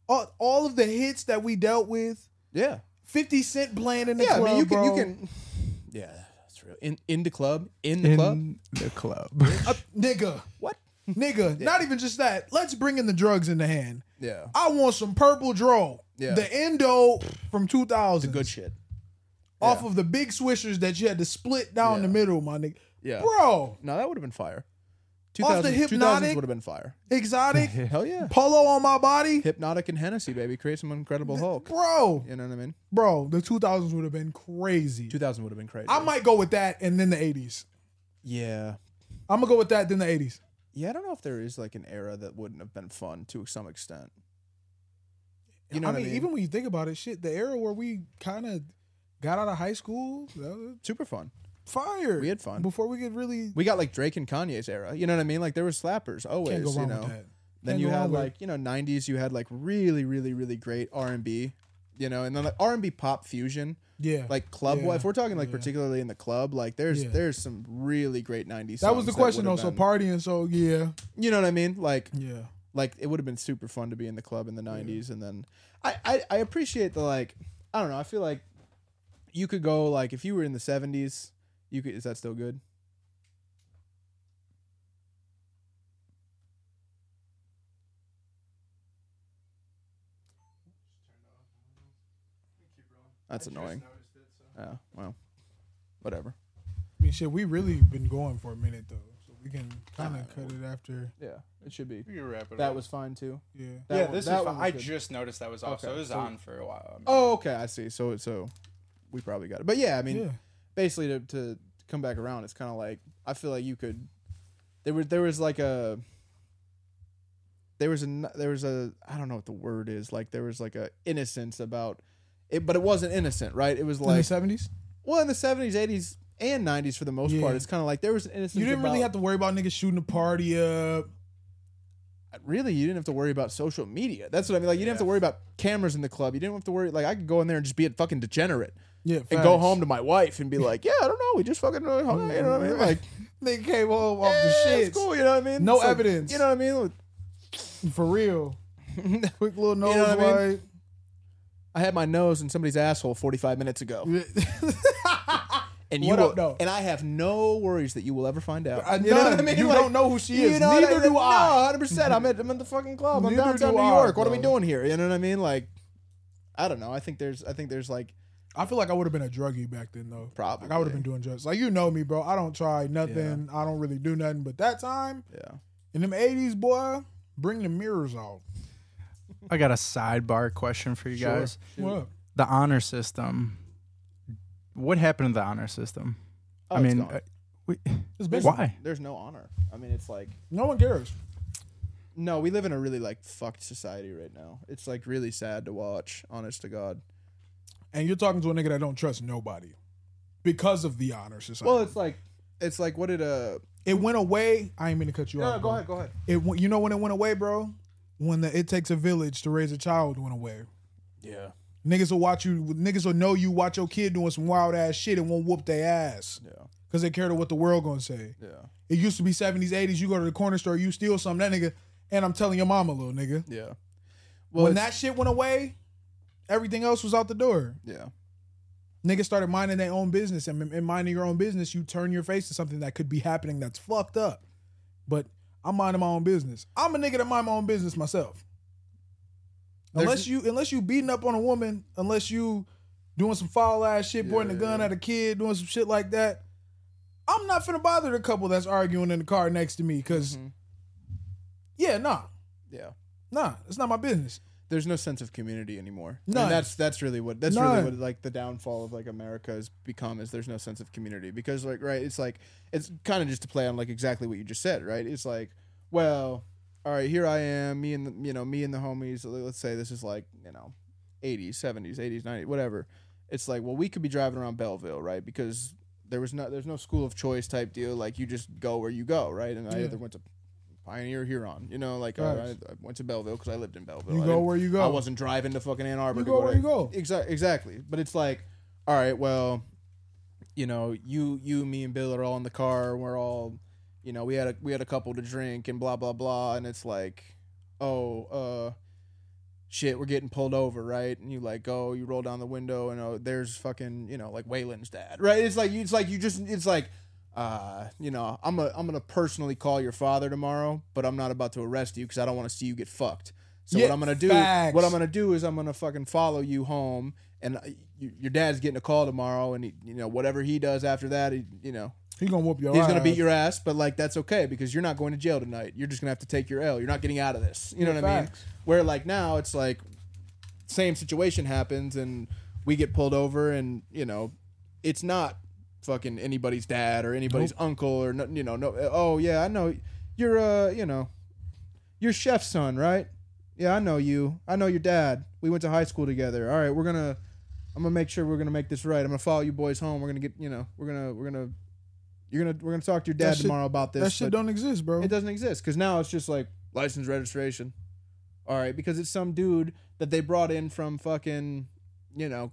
Speaker 1: All, all of the hits that we dealt with,
Speaker 2: yeah,
Speaker 1: Fifty Cent playing in the
Speaker 2: yeah.
Speaker 1: club,
Speaker 2: I mean, you can,
Speaker 1: bro.
Speaker 2: you can. Yeah, that's real. In in the club, in the club.
Speaker 3: In the club.
Speaker 1: Uh, nigga,
Speaker 2: What?
Speaker 1: nigga, not even just that. Let's bring in the drugs in the hand.
Speaker 2: Yeah,
Speaker 1: I want some purple draw.
Speaker 2: Yeah.
Speaker 1: The endo from 2000.
Speaker 2: good shit.
Speaker 1: off
Speaker 2: yeah.
Speaker 1: of the big swishers that you had to split down
Speaker 2: Yeah.
Speaker 1: the middle, my nigga.
Speaker 2: Yeah.
Speaker 1: Bro,
Speaker 2: No, that would have been fire.
Speaker 1: Off
Speaker 2: 2000,
Speaker 1: the
Speaker 2: 2000s
Speaker 1: Hypnotic?
Speaker 2: would have been fire.
Speaker 1: exotic
Speaker 2: Hell yeah.
Speaker 1: polo on my body.
Speaker 2: Hypnotic and Hennessy, baby. Create some incredible Hulk.
Speaker 1: Bro,
Speaker 2: You know what I mean?
Speaker 1: bro, the 2000s would have been crazy.
Speaker 2: 2000 would have been crazy.
Speaker 1: I might go with that and then the 80s.
Speaker 2: Yeah.
Speaker 1: I'm gonna go with that then the 80s.
Speaker 2: Yeah, I don't know if there is like an era that wouldn't have been fun to some extent. You know
Speaker 1: I,
Speaker 2: what
Speaker 1: mean,
Speaker 2: I mean?
Speaker 1: even when you think about it, shit, the era where we kind of got out of high school, that was
Speaker 2: Super fun.
Speaker 1: fire.
Speaker 2: We had fun.
Speaker 1: before we could really
Speaker 2: We got like Drake and Kanye's era. You know what I mean? Like there were slappers always,
Speaker 1: can't go
Speaker 2: you
Speaker 1: wrong
Speaker 2: know.
Speaker 1: with that.
Speaker 2: Then
Speaker 1: Can't
Speaker 2: you
Speaker 1: go
Speaker 2: had
Speaker 1: wrong with it.
Speaker 2: like, you know, 90s you had like really really really great R&B, you know, and then like R&B pop fusion.
Speaker 1: yeah,
Speaker 2: Like club,
Speaker 1: Yeah.
Speaker 2: if we're talking like
Speaker 1: Yeah.
Speaker 2: particularly in the club, like there's
Speaker 1: Yeah.
Speaker 2: there's some really great '90s.
Speaker 1: that was
Speaker 2: songs
Speaker 1: the question though. So
Speaker 2: would've been-
Speaker 1: partying, so yeah,
Speaker 2: you know what I mean? Like
Speaker 1: yeah,
Speaker 2: like it would have been super fun to be in the club in the 90s and then I, I i appreciate the like i don't know i feel like you could go like if you were in the 70s you could is that still good that's annoying yeah well whatever
Speaker 1: I mean, shit, we really been going for a minute though, so we can kind of cut it after.
Speaker 2: yeah it should be
Speaker 4: You can wrap it
Speaker 2: that
Speaker 4: up.
Speaker 2: was fine too
Speaker 1: Yeah,
Speaker 2: That
Speaker 4: yeah,
Speaker 2: one-
Speaker 4: this
Speaker 2: that
Speaker 4: is.
Speaker 2: one
Speaker 4: Fine. I
Speaker 2: good.
Speaker 4: just noticed that was off,
Speaker 2: Okay,
Speaker 4: so it was
Speaker 2: so-
Speaker 4: on for a while. I mean,
Speaker 2: oh okay i see so so we probably got it but yeah i mean
Speaker 1: yeah,
Speaker 2: basically to, to come back around, it's kind of like I feel like you could there was there was like a there was a there was a I don't know what the word is like there was like a innocence about it, but it wasn't innocent, right? It was
Speaker 1: in the
Speaker 2: like
Speaker 1: seventies,
Speaker 2: well in the seventies, eighties, and nineties for the most
Speaker 1: Yeah.
Speaker 2: part. It's kind of like there was an innocence.
Speaker 1: you didn't really
Speaker 2: about-
Speaker 1: have to worry about niggas shooting the party up.
Speaker 2: really you didn't have to worry about social media. That's what I mean. Like you didn't have to
Speaker 4: Yeah.
Speaker 2: worry about cameras in the club. You didn't have to worry. Like I could go in there and just be a fucking degenerate
Speaker 1: Yeah,
Speaker 2: and go home to my wife and be like, yeah, I don't know, we just fucking uh, hung out. You know what I mean? Like
Speaker 1: they came home Mm-hmm. off
Speaker 2: yeah,
Speaker 1: the shit.
Speaker 2: it's cool. You know what I mean?
Speaker 1: No
Speaker 2: It's like,
Speaker 1: evidence.
Speaker 2: you know what I mean?
Speaker 1: for real. Quick little nose
Speaker 2: know what I
Speaker 1: wipe.
Speaker 2: I had my nose in somebody's asshole 45 minutes ago. And you
Speaker 1: Mm-hmm. What
Speaker 2: will,
Speaker 1: up, though?
Speaker 2: and I have no worries that you will ever find out.
Speaker 1: I-
Speaker 2: you know what I
Speaker 1: none.
Speaker 2: mean?
Speaker 1: You
Speaker 2: Like,
Speaker 1: don't know who she
Speaker 2: you
Speaker 1: is.
Speaker 2: know what
Speaker 1: Neither
Speaker 2: mean?
Speaker 1: do I.
Speaker 2: No, 100. percent I'm at I'm at the fucking club. I'm
Speaker 1: Neither
Speaker 2: downtown
Speaker 1: do
Speaker 2: New
Speaker 1: I,
Speaker 2: York. what are we
Speaker 1: bro.
Speaker 2: doing here? You know what I mean? Like, I don't know. I think there's I think there's like
Speaker 1: I feel like I would have been a druggie back then though.
Speaker 2: Probably.
Speaker 1: Like I would have been doing drugs. Like you know me, bro. I don't try nothing. I don't really do nothing. But that time
Speaker 2: yeah.
Speaker 1: in them eighties, boy, bring the mirrors out.
Speaker 3: I got a sidebar question for you
Speaker 2: Sure.
Speaker 3: guys.
Speaker 1: What?
Speaker 3: The honor system. What happened to the honor system?
Speaker 2: Oh,
Speaker 3: I
Speaker 2: it's
Speaker 3: mean,
Speaker 2: gone.
Speaker 3: uh, we,
Speaker 1: It's been
Speaker 3: why?
Speaker 2: there's no honor. I mean, it's like
Speaker 1: no one cares.
Speaker 2: no. We live in a really like fucked society right now. It's like really sad to watch. Honest to God.
Speaker 1: And you're talking to a nigga that don't trust nobody because of the honor society.
Speaker 2: Well, it's like it's like what did uh
Speaker 1: it went away. I ain't mean to cut you off. bro.
Speaker 2: go ahead.
Speaker 1: It went- you know when it went away, bro? When the it takes a village to raise a child went away.
Speaker 2: Yeah.
Speaker 1: Niggas will watch you. Niggas will know you watch your kid doing some wild ass shit and won't whoop their ass
Speaker 2: Yeah.
Speaker 1: because they care to what the world gonna say.
Speaker 2: Yeah.
Speaker 1: It used to be seventies, eighties. You go to the corner store, you steal something, that nigga, and I'm telling your mama, little nigga.
Speaker 2: Yeah. Well,
Speaker 1: when
Speaker 2: it's-
Speaker 1: that shit went away, everything else was out the door.
Speaker 2: yeah.
Speaker 1: Niggas started minding their own business, and in minding your own business, you turn your face to something that could be happening that's fucked up. But I'm minding my own business. I'm a nigga that mind my own business myself.
Speaker 2: There's-
Speaker 1: unless you, unless you beating up on a woman, unless you doing some foul ass shit, pointing a
Speaker 2: Yeah.
Speaker 1: gun at a kid, doing some shit like that. I'm not finna bother the couple that's arguing in the car next to me, because
Speaker 2: Mhm.
Speaker 1: yeah, nah,
Speaker 2: Yeah.
Speaker 1: nah, it's not my business.
Speaker 2: There's no sense of community anymore.
Speaker 1: None.
Speaker 2: And that's that's really what that's
Speaker 1: None.
Speaker 2: really what like the downfall of like America has become is there's no sense of community because like right it's like it's kind of just to play on like exactly what you just said right it's like well all right here I am me and the, you know me and the homies like, let's say this is like you know 80s 70s 80s 90s whatever it's like well we could be driving around Belleville right because there was no there's no school of choice type deal like you just go where you go right and I
Speaker 1: Yeah.
Speaker 2: either went to Pioneer Huron you know like all
Speaker 1: Facts.
Speaker 2: right, I went to Belleville because I lived in Belleville
Speaker 1: You
Speaker 2: I
Speaker 1: go
Speaker 2: didn't-
Speaker 1: where you go.
Speaker 2: I wasn't driving to fucking Ann Arbor.
Speaker 1: You
Speaker 2: to
Speaker 1: go where
Speaker 2: to-
Speaker 1: you go.
Speaker 2: Exa- exactly. But it's like, all right, well, you know, you, you, me, and Bill are all in the car. We're all, you know, we had a we had a couple to drink and blah blah blah. And it's like, oh, uh, shit, we're getting pulled over, right? And you like go, you roll down the window, and oh, there's fucking, you know, like Waylon's dad, right? It's like you, it's like you just, it's like. Uh, you know, I'm a, I'm gonna personally call your father tomorrow, but I'm not about to arrest you because I don't want to see you get fucked. So
Speaker 1: Yeah,
Speaker 2: what I'm gonna do,
Speaker 1: facts.
Speaker 2: what I'm gonna do is I'm gonna fucking follow you home, and uh, you, your dad's getting a call tomorrow, and he, you know whatever he does after that, he, you know
Speaker 1: He gonna whoop your
Speaker 2: he's
Speaker 1: ass.
Speaker 2: gonna beat your ass, but like that's okay because you're not going to jail tonight. You're just gonna have to take your L. You're not getting out of this. You know
Speaker 1: Yeah,
Speaker 2: what I mean?
Speaker 1: facts.
Speaker 2: Where like now it's like same situation happens and we get pulled over and you know it's not fucking anybody's dad or anybody's uncle or no, you know no oh yeah I know you're uh you know your chef's son right yeah I know you I know your dad we went to high school together all right we're gonna I'm gonna make sure we're gonna make this right I'm gonna follow you boys home we're gonna get you know we're gonna we're gonna you're gonna we're gonna talk to your
Speaker 1: That
Speaker 2: dad
Speaker 1: shit-
Speaker 2: tomorrow about this
Speaker 1: That shit
Speaker 2: but-
Speaker 1: don't exist, bro.
Speaker 2: it doesn't exist because now it's just like license registration. All right, because it's some dude that they brought in from fucking, you know,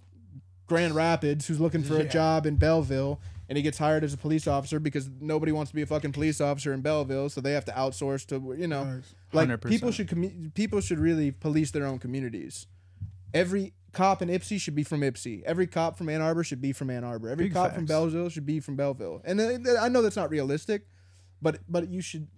Speaker 2: Grand Rapids who's looking for a
Speaker 1: Yeah.
Speaker 2: job in Belleville, and he gets hired as a police officer because nobody wants to be a fucking police officer in Belleville, so they have to outsource to you know,
Speaker 1: Facts.
Speaker 2: like
Speaker 3: 100%.
Speaker 2: people should commu- people should really police their own communities. Every cop in Ipsy should be from Ipsy. Every cop from Ann Arbor should be from Ann Arbor. Every
Speaker 3: Big
Speaker 2: cop from
Speaker 3: facts.
Speaker 2: Belleville should be from Belleville. And uh, th- I know that's not realistic, but but you should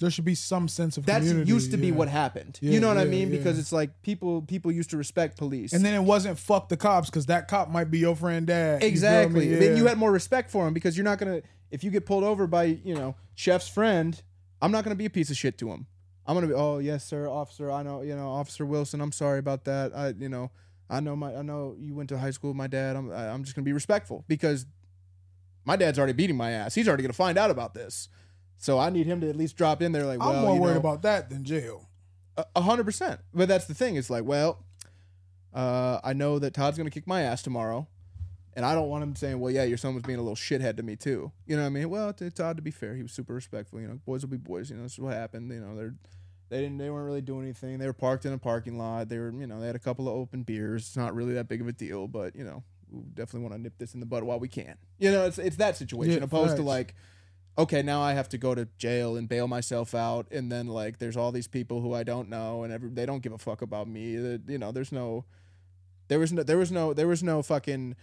Speaker 1: There should be some sense of
Speaker 2: that's
Speaker 1: community,
Speaker 2: used to be
Speaker 1: yeah.
Speaker 2: what happened.
Speaker 1: Yeah,
Speaker 2: you know what I
Speaker 1: yeah,
Speaker 2: mean?
Speaker 1: yeah.
Speaker 2: Because it's like people people used to respect police.
Speaker 1: And then it wasn't fuck the cops because that cop might be your friend dad. You feel
Speaker 2: exactly.
Speaker 1: me?
Speaker 2: Then
Speaker 1: Yeah.
Speaker 2: you had more respect for him because you're not gonna if you get pulled over by you know chef's friend, I'm not gonna be a piece of shit to him. I'm gonna be oh yes sir officer I know you know officer Wilson I'm sorry about that I you know I know my I know you went to high school with my dad I'm I- I'm just gonna be respectful because my dad's already beating my ass he's already gonna find out about this so I need him to at least drop in there like well
Speaker 1: I'm more
Speaker 2: you
Speaker 1: worried
Speaker 2: know,
Speaker 1: about that than jail.
Speaker 2: A- A hundred percent. But that's the thing. It's like, well, uh, I know that Todd's gonna kick my ass tomorrow, and I don't want him saying, "Well, yeah, your son was being a little shithead to me too." You know what I mean? Well, to Todd, to be fair, he was super respectful. You know, boys will be boys. You know, this is what happened. You know, they're they didn't they weren't really doing anything. They were parked in a parking lot. They were you know they had a couple of open beers. It's not really that big of a deal, but you know, we definitely want to nip this in the bud while we can. You know, it's it's that situation
Speaker 1: Yeah,
Speaker 2: opposed to
Speaker 1: facts.
Speaker 2: like okay, now I have to go to jail and bail myself out, and then like there's all these people who I don't know, and every, they don't give a fuck about me. The- You know, there's no, there was no, there was no, there was no fucking,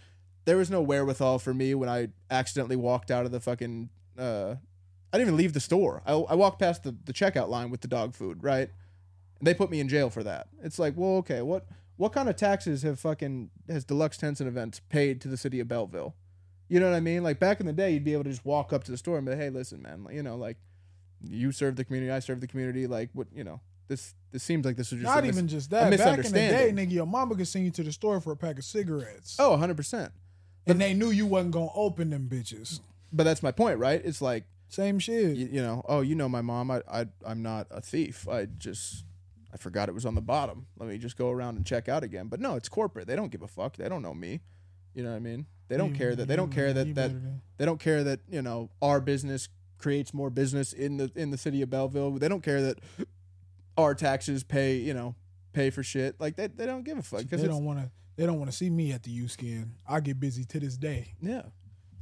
Speaker 2: there was no wherewithal for me when I accidentally walked out of the fucking. Uh, I didn't even leave the store. I, I walked past the, the checkout line with the dog food, right? And they put me in jail for that. It's like, well, okay, what what kind of taxes have fucking has Deluxe Tents and Events paid to the city of Belleville? You know what I mean? Like back in the day, you'd be able to just walk up to the store and be, like, "Hey, listen, man, like, you know, like you serve the community, I serve the community. Like, what, you know, this this seems like this was just a
Speaker 1: Not
Speaker 2: mis-
Speaker 1: even just that. Back in the day,
Speaker 2: misunderstanding.
Speaker 1: nigga, your mama could send you to the store for a pack of cigarettes.
Speaker 2: oh, 100 percent.
Speaker 1: and they knew you wasn't gonna open them bitches.
Speaker 2: But that's my point, right? It's like
Speaker 1: Same shit.
Speaker 2: you, you know, oh, you know, my mom, I, I I'm not a thief. I just I forgot it was on the bottom. Let me just go around and check out again. But no, it's corporate. They don't give a fuck. They don't know me. You know what I mean? They don't
Speaker 1: You-
Speaker 2: care that they don't
Speaker 1: you-
Speaker 2: care
Speaker 1: Mm-hmm. you
Speaker 2: that that
Speaker 1: better than-
Speaker 2: They don't care that you know our business creates more business in the in the city of Belleville. They don't care that our taxes pay you know pay for shit. Like they, they don't give a fuck because
Speaker 1: they don't want to. They don't want to see me at the U skin. I get busy to this day.
Speaker 2: yeah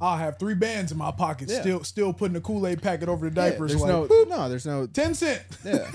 Speaker 1: I'll have three bands in my pocket,
Speaker 2: Yeah.
Speaker 1: still still putting the Kool Aid packet over the
Speaker 2: Yeah,
Speaker 1: diapers.
Speaker 2: there's
Speaker 1: like
Speaker 2: no no there's no
Speaker 1: ten cent.
Speaker 2: yeah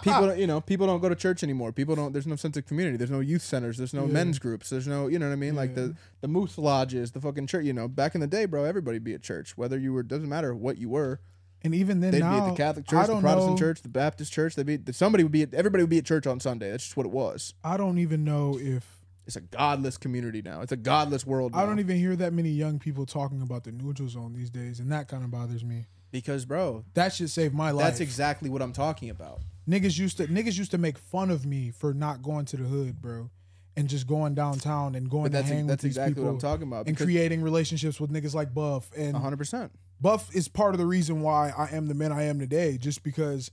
Speaker 2: people don't, you know people don't go to church anymore. People don't there's no sense of community. There's no youth centers. There's no
Speaker 1: Yeah.
Speaker 2: men's groups. There's no you know what I mean like the the moose lodges the fucking church. You know back in the day, bro, everybody be at church whether you were doesn't matter what you were.
Speaker 1: And even then,
Speaker 2: They'd
Speaker 1: now,
Speaker 2: be at the Catholic
Speaker 1: I
Speaker 2: church, the
Speaker 1: don't
Speaker 2: Protestant
Speaker 1: know,
Speaker 2: church, the Baptist church. They'd be somebody would be at, everybody would be at church on Sunday. That's just what it was.
Speaker 1: I don't even know if
Speaker 2: It's a godless community now. It's a godless world.
Speaker 1: I
Speaker 2: now.
Speaker 1: don't even hear that many young people talking about the neutral zone these days, and that kind of bothers me.
Speaker 2: because, bro,
Speaker 1: That should save my e-, life.
Speaker 2: that's exactly what I'm talking about.
Speaker 1: Niggas used to niggas used to make fun of me for not going to the hood, bro, and just going downtown and going
Speaker 2: But
Speaker 1: to
Speaker 2: that's
Speaker 1: hang with
Speaker 2: that's
Speaker 1: these
Speaker 2: exactly
Speaker 1: people
Speaker 2: what I'm talking about.
Speaker 1: and
Speaker 2: Because
Speaker 1: creating relationships with niggas like Buff. And
Speaker 2: 100. percent
Speaker 1: Buff is part of the reason why I am the man I am today, just because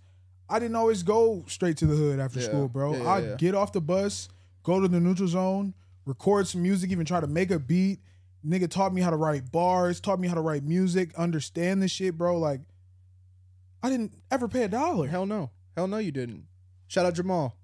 Speaker 1: I didn't always go straight to the hood after
Speaker 2: Yeah.
Speaker 1: school, bro.
Speaker 2: Yeah, yeah,
Speaker 1: I'd
Speaker 2: yeah.
Speaker 1: get off the bus, go to the neutral zone, record some music, even try to make a beat. Nigga taught me how to write bars, taught me how to write music, understand this shit, bro. Like, I didn't ever pay a dollar.
Speaker 2: Hell no, hell no, you didn't. Shout out Jamal.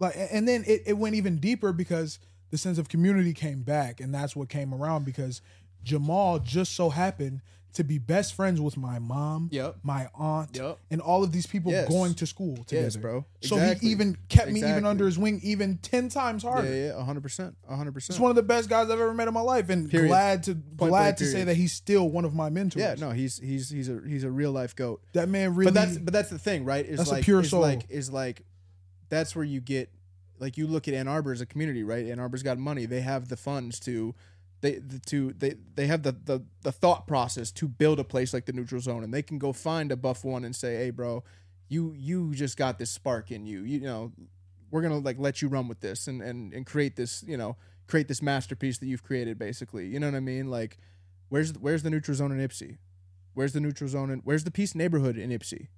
Speaker 1: like a- and then it, it went even deeper because the sense of community came back and that's what came around because jamal just so happened to be best friends with my mom
Speaker 2: Yep.
Speaker 1: my aunt
Speaker 2: Yep.
Speaker 1: and all of these people
Speaker 2: Yes.
Speaker 1: going to school together
Speaker 2: Yes, bro.
Speaker 1: so
Speaker 2: Exactly.
Speaker 1: he even kept me even
Speaker 2: Exactly.
Speaker 1: under his wing even 10 times
Speaker 2: Yeah,
Speaker 1: harder
Speaker 2: yeah, 100, percent 100.
Speaker 1: He's
Speaker 2: percent
Speaker 1: one of the best guys I've ever met in my life, and
Speaker 2: Period.
Speaker 1: glad to glad
Speaker 2: blank,
Speaker 1: to say
Speaker 2: period.
Speaker 1: that he's still one of my mentors.
Speaker 2: Yeah, no, he's he's he's a he's a real life goat.
Speaker 1: that man really.
Speaker 2: But that's but that's the thing, right? Is
Speaker 1: That's a
Speaker 2: like,
Speaker 1: pure
Speaker 2: is
Speaker 1: soul.
Speaker 2: Like is like that's where you get like you look at Ann Arbor as a community, right? Ann Arbor's got money. They have the funds to they the, to they they have the, the the thought process to build a place like the neutral zone, and they can go find a buff one and say, hey, bro, you you just got this spark in you. You know, we're gonna like let you run with this and and and create this you know create this masterpiece that you've created basically you know what i mean like where's where's the neutral zone in ipsy where's the neutral zone in where's the peace neighborhood in ipsy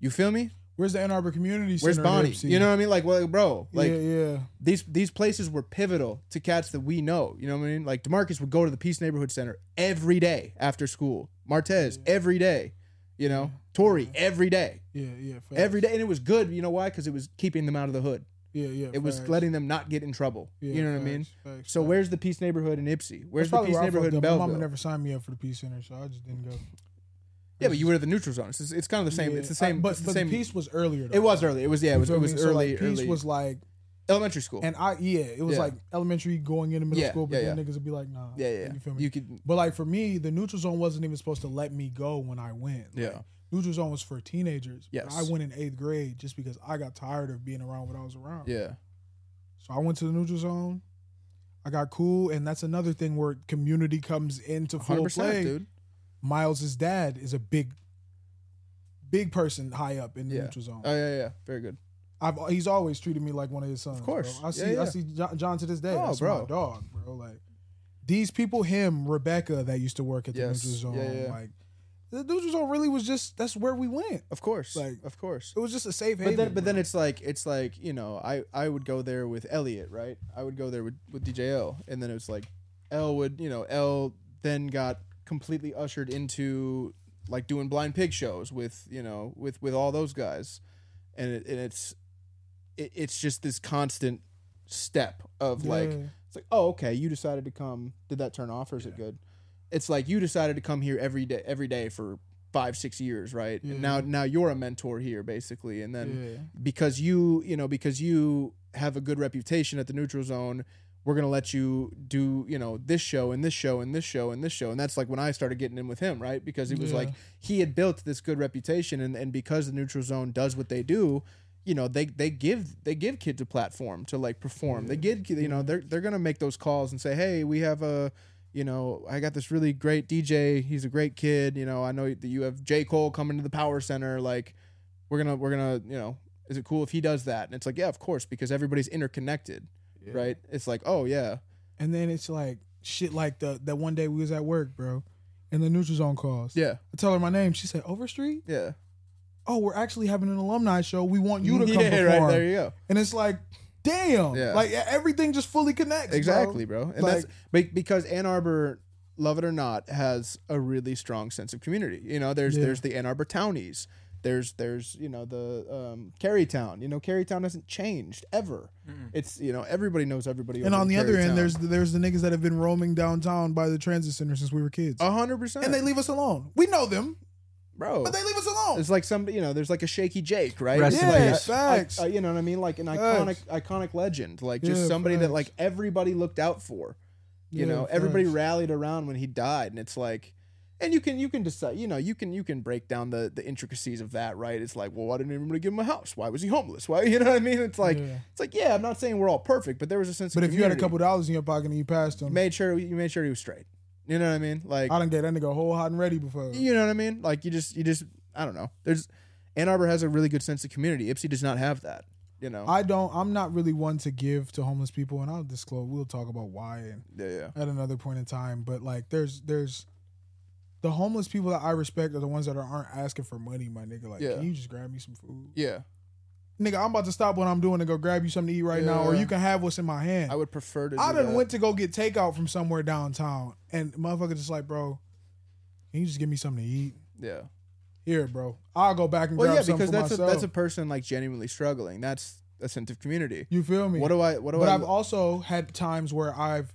Speaker 2: you feel me
Speaker 1: where's the Ann Arbor Community
Speaker 2: where's
Speaker 1: Center? in
Speaker 2: bonnie
Speaker 1: Ipsy?
Speaker 2: you know what i mean like well, bro like
Speaker 1: yeah, yeah.
Speaker 2: these these places were pivotal to cats that we know. You know what I mean? Like Demarcus would go to the Peace Neighborhood Center every day after school. Martez every day. You know, Tori every day,
Speaker 1: yeah, yeah, facts.
Speaker 2: every day, and it was good. You know why? Because it was keeping them out of the hood.
Speaker 1: yeah, yeah.
Speaker 2: It was
Speaker 1: facts.
Speaker 2: letting them not get in trouble.
Speaker 1: Yeah,
Speaker 2: you know what I
Speaker 1: facts,
Speaker 2: mean?
Speaker 1: facts,
Speaker 2: So
Speaker 1: facts.
Speaker 2: where's the Peace Neighborhood in Ipsy? Where's
Speaker 1: That's
Speaker 2: the
Speaker 1: probably
Speaker 2: Peace
Speaker 1: where I
Speaker 2: Neighborhood in
Speaker 1: fucked up. My mama
Speaker 2: Belleville?
Speaker 1: never signed me up for the peace center, so I just didn't go.
Speaker 2: Yeah, but you were at the neutral zone. It's, it's kind of the same. it's the
Speaker 1: Yeah, I-
Speaker 2: same.
Speaker 1: but
Speaker 2: it's the
Speaker 1: but
Speaker 2: same.
Speaker 1: peace was earlier. Though.
Speaker 2: it was early. It was yeah. It was,
Speaker 1: You
Speaker 2: it
Speaker 1: feel
Speaker 2: was
Speaker 1: me? So, like,
Speaker 2: early.
Speaker 1: peace
Speaker 2: early
Speaker 1: was like,
Speaker 2: elementary school.
Speaker 1: and I yeah, it was
Speaker 2: Yeah.
Speaker 1: like elementary going into middle
Speaker 2: Yeah,
Speaker 1: school, but
Speaker 2: yeah,
Speaker 1: then niggas would be like, nah,
Speaker 2: yeah, yeah.
Speaker 1: you feel me?
Speaker 2: You could.
Speaker 1: but like for me, the neutral zone wasn't even supposed to let me go when I went. Like,
Speaker 2: Yeah.
Speaker 1: neutral zone was for teenagers. but
Speaker 2: Yes.
Speaker 1: I went in eighth grade just because I got tired of being around what I was around.
Speaker 2: Yeah.
Speaker 1: So I went to the neutral zone. I got cool, and that's another thing where community comes into full
Speaker 2: 100%,
Speaker 1: play.
Speaker 2: dude.
Speaker 1: Miles' dad is a big, big person high up in the
Speaker 2: Yeah.
Speaker 1: neutral zone.
Speaker 2: Oh yeah, yeah. Very good.
Speaker 1: I've he's always treated me like one of his sons. bro.
Speaker 2: course.
Speaker 1: I
Speaker 2: Yeah,
Speaker 1: see I
Speaker 2: yeah.
Speaker 1: see John, John to this day.
Speaker 2: Oh,
Speaker 1: That's
Speaker 2: bro.
Speaker 1: my dog, bro. Like these people, him, Rebecca, that used to work at the
Speaker 2: Yes.
Speaker 1: neutral zone,
Speaker 2: Yeah, yeah.
Speaker 1: like The dudes resort really was just that's where we went.
Speaker 2: Of course.
Speaker 1: Like-
Speaker 2: of course.
Speaker 1: It was just a safe haven.
Speaker 2: But then, but then it's like it's like you know I I would go there with Elliot right I would go there with with DJ L and then it was like L would you know L then got completely ushered into like doing blind pig shows with you know with with all those guys and it, and it's it, it's just this constant step of like
Speaker 1: Yeah.
Speaker 2: it's like oh okay you decided to come did that turn off or is it good it's like you decided to come here every day every day for five six years right
Speaker 1: Yeah.
Speaker 2: and now now you're a mentor here basically and then
Speaker 1: yeah.
Speaker 2: because you you know because you have a good reputation at the neutral zone we're gonna let you do you know this show and this show and this show and this show and that's like when i started getting in with him right because it was
Speaker 1: Yeah.
Speaker 2: like he had built this good reputation and, and because the neutral zone does what they do you know they they give they give kids a platform to like perform they give you know they're they're gonna make those calls and say hey we have a you know i got this really great dj he's a great kid you know i know that you have j cole coming to the power center like we're gonna we're gonna you know is it cool if he does that and it's like yeah of course because everybody's interconnected right it's like oh yeah
Speaker 1: And then it's like shit like the that one day we was at work, bro, and the neutral zone calls.
Speaker 2: yeah
Speaker 1: I tell her my name. She said, Overstreet?
Speaker 2: yeah
Speaker 1: Oh, we're actually having an alumni show. We want you to come
Speaker 2: yeah,
Speaker 1: perform.
Speaker 2: right there you go
Speaker 1: And it's like, damn.
Speaker 2: Yeah.
Speaker 1: Like e, everything just fully connects. bro.
Speaker 2: exactly bro, and
Speaker 1: Like-
Speaker 2: that's be- because ann arbor love it or not has a really strong sense of community you know there's
Speaker 1: Yeah.
Speaker 2: there's the ann arbor townies there's there's you know the um Carytown. you know Carytown hasn't changed ever it's you know everybody knows everybody
Speaker 1: And
Speaker 2: over
Speaker 1: on the
Speaker 2: in
Speaker 1: other
Speaker 2: Carytown.
Speaker 1: end, there's the, there's the niggas that have been roaming downtown by the transit center since we were kids.
Speaker 2: a hundred percent
Speaker 1: and they leave us alone. We know them,
Speaker 2: bro
Speaker 1: but they leave us alone.
Speaker 2: It's like some, you know, there's like a shaky Jake, right?
Speaker 3: Rest in
Speaker 2: like,
Speaker 1: peace.
Speaker 2: a- a-
Speaker 1: Facts.
Speaker 2: a- you know what I mean? Like an iconic, iconic legend, like just
Speaker 1: Yeah,
Speaker 2: somebody that
Speaker 1: facts.
Speaker 2: like everybody looked out for. You
Speaker 1: Yeah,
Speaker 2: know, everybody
Speaker 1: facts.
Speaker 2: rallied around when he died, and it's like, and you can you can decide, you know, you can you can break down the the intricacies of that, right? It's like, well, why didn't everybody give him a house? Why was he homeless? Why, you know what I mean? It's like,
Speaker 1: Yeah.
Speaker 2: it's like, yeah, I'm not saying we're all perfect, but there was a sense.
Speaker 1: But
Speaker 2: of
Speaker 1: if you had a
Speaker 2: community.
Speaker 1: couple dollars in your pocket and you passed them,
Speaker 2: made sure you made sure he was straight. You know what I mean? Like,
Speaker 1: I done gave that nigga a whole hot and ready before.
Speaker 2: you know what I mean? Like you just you just I don't know. There's Ann Arbor has a really good sense of community. Ipsy does not have that. You know.
Speaker 1: I don't. I'm not really one to give to homeless people, and I'll disclose. We'll talk about why and
Speaker 2: yeah, yeah.
Speaker 1: at another point in time. But like, there's there's the homeless people that I respect are the ones that are, aren't asking for money, my nigga. Like,
Speaker 2: Yeah.
Speaker 1: can you just grab me some food,
Speaker 2: Yeah.
Speaker 1: nigga? I'm about to stop what I'm doing and go grab you something to eat right now, or
Speaker 2: Yeah.
Speaker 1: you can have what's in my hand.
Speaker 2: I would prefer to
Speaker 1: I
Speaker 2: do
Speaker 1: done
Speaker 2: that.
Speaker 1: went to go get takeout from somewhere downtown, and motherfucker just like, bro, can you just give me something to eat?
Speaker 2: Yeah.
Speaker 1: Here, bro, I'll go back and
Speaker 2: Well
Speaker 1: grab
Speaker 2: yeah,
Speaker 1: something
Speaker 2: because that's
Speaker 1: for
Speaker 2: a
Speaker 1: myself.
Speaker 2: that's a person like genuinely struggling. That's a sense of community.
Speaker 1: you feel me?
Speaker 2: What do I what do
Speaker 1: but
Speaker 2: I
Speaker 1: I've also had times where I've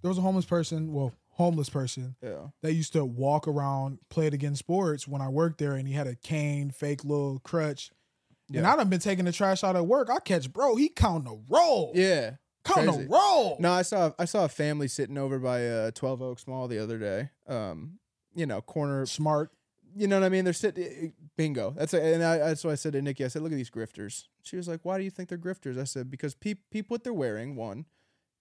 Speaker 1: there was a homeless person, well, homeless person
Speaker 2: Yeah.
Speaker 1: that used to walk around, play it again sports when I worked there, and he had a cane, fake little crutch. And
Speaker 2: Yeah.
Speaker 1: I done been taking the trash out at work. I catch bro, he counting a roll.
Speaker 2: Yeah.
Speaker 1: counting
Speaker 2: crazy.
Speaker 1: a roll.
Speaker 2: No, I saw I saw a family sitting over by uh, 12 Oaks Mall the other day. Um, you know, corner
Speaker 1: Smart.
Speaker 2: you know what I mean? They're sitting, bingo. That's a, and I, that's what I said to Nikki. I said, look at these grifters. She was like, why do you think they're grifters? I said, because peep, peep what they're wearing. One,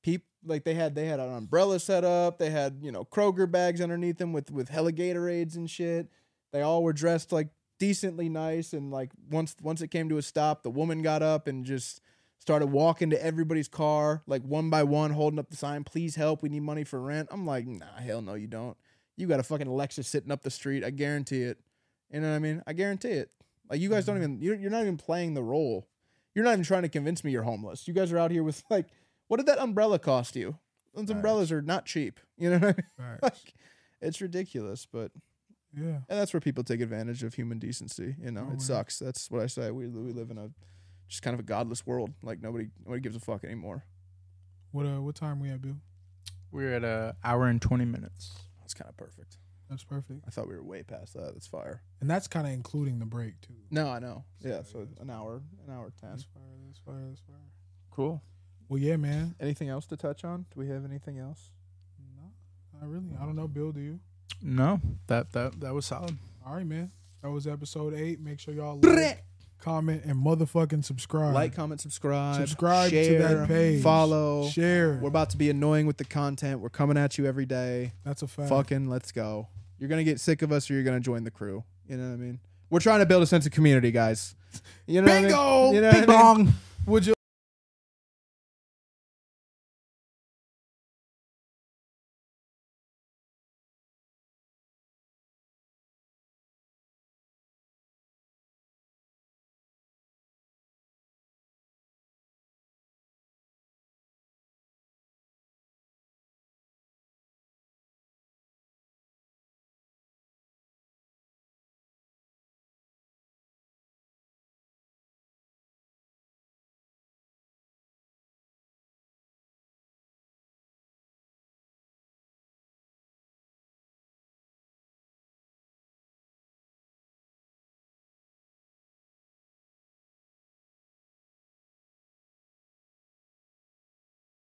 Speaker 2: peep like they had they had an umbrella set up. They had you know Kroger bags underneath them with with hella Gatorades and shit. They all were dressed like decently nice. And like once once it came to a stop, the woman got up and just started walking to everybody's car like one by one, holding up the sign, "Please help, we need money for rent." I'm like, nah, hell no, you don't you got a fucking Lexus sitting up the street. I guarantee it. You know what I mean? I guarantee it. Like you guys don't even you're, you're not even playing the role. You're not even trying to convince me you're homeless. You guys are out here with like, what did that umbrella cost you? Those umbrellas are not cheap. You know what I mean? Like, it's ridiculous, but
Speaker 1: Yeah.
Speaker 2: and that's where people take advantage of human decency. You know,
Speaker 1: Oh, yeah.
Speaker 2: it sucks. That's what I say. We we live in a just kind of a godless world. Like nobody nobody gives a fuck anymore.
Speaker 1: What uh what time we at, Bill?
Speaker 3: We're at an hour and 20 minutes.
Speaker 2: That's kind of perfect.
Speaker 1: That's perfect.
Speaker 2: I thought we were way past that. That's fire.
Speaker 1: And that's kind of including the break too.
Speaker 2: No, I know. Yeah,
Speaker 1: Sorry,
Speaker 2: so an hour, an hour ten.
Speaker 1: That's fire, that's fire, that's fire.
Speaker 3: Cool.
Speaker 1: Well yeah, man.
Speaker 2: Anything else to touch on? Do we have anything else?
Speaker 1: No, not really. I don't know, Bill, do you?
Speaker 3: No, that that that was solid.
Speaker 1: All right, man. That was episode eight. Make sure y'all like, comment, and motherfucking subscribe.
Speaker 2: Like, comment, subscribe,
Speaker 1: Subscribe to
Speaker 2: share,
Speaker 1: that page.
Speaker 2: follow.
Speaker 1: share.
Speaker 2: We're about to be annoying with the content. We're coming at you every day.
Speaker 1: That's a fact.
Speaker 2: Fucking, let's go. You're gonna get sick of us, or you're gonna join the crew. You know what I mean? We're trying to build a sense of community, guys. You know, what I mean?
Speaker 1: Bingo!
Speaker 2: You know what I mean?
Speaker 1: Would you?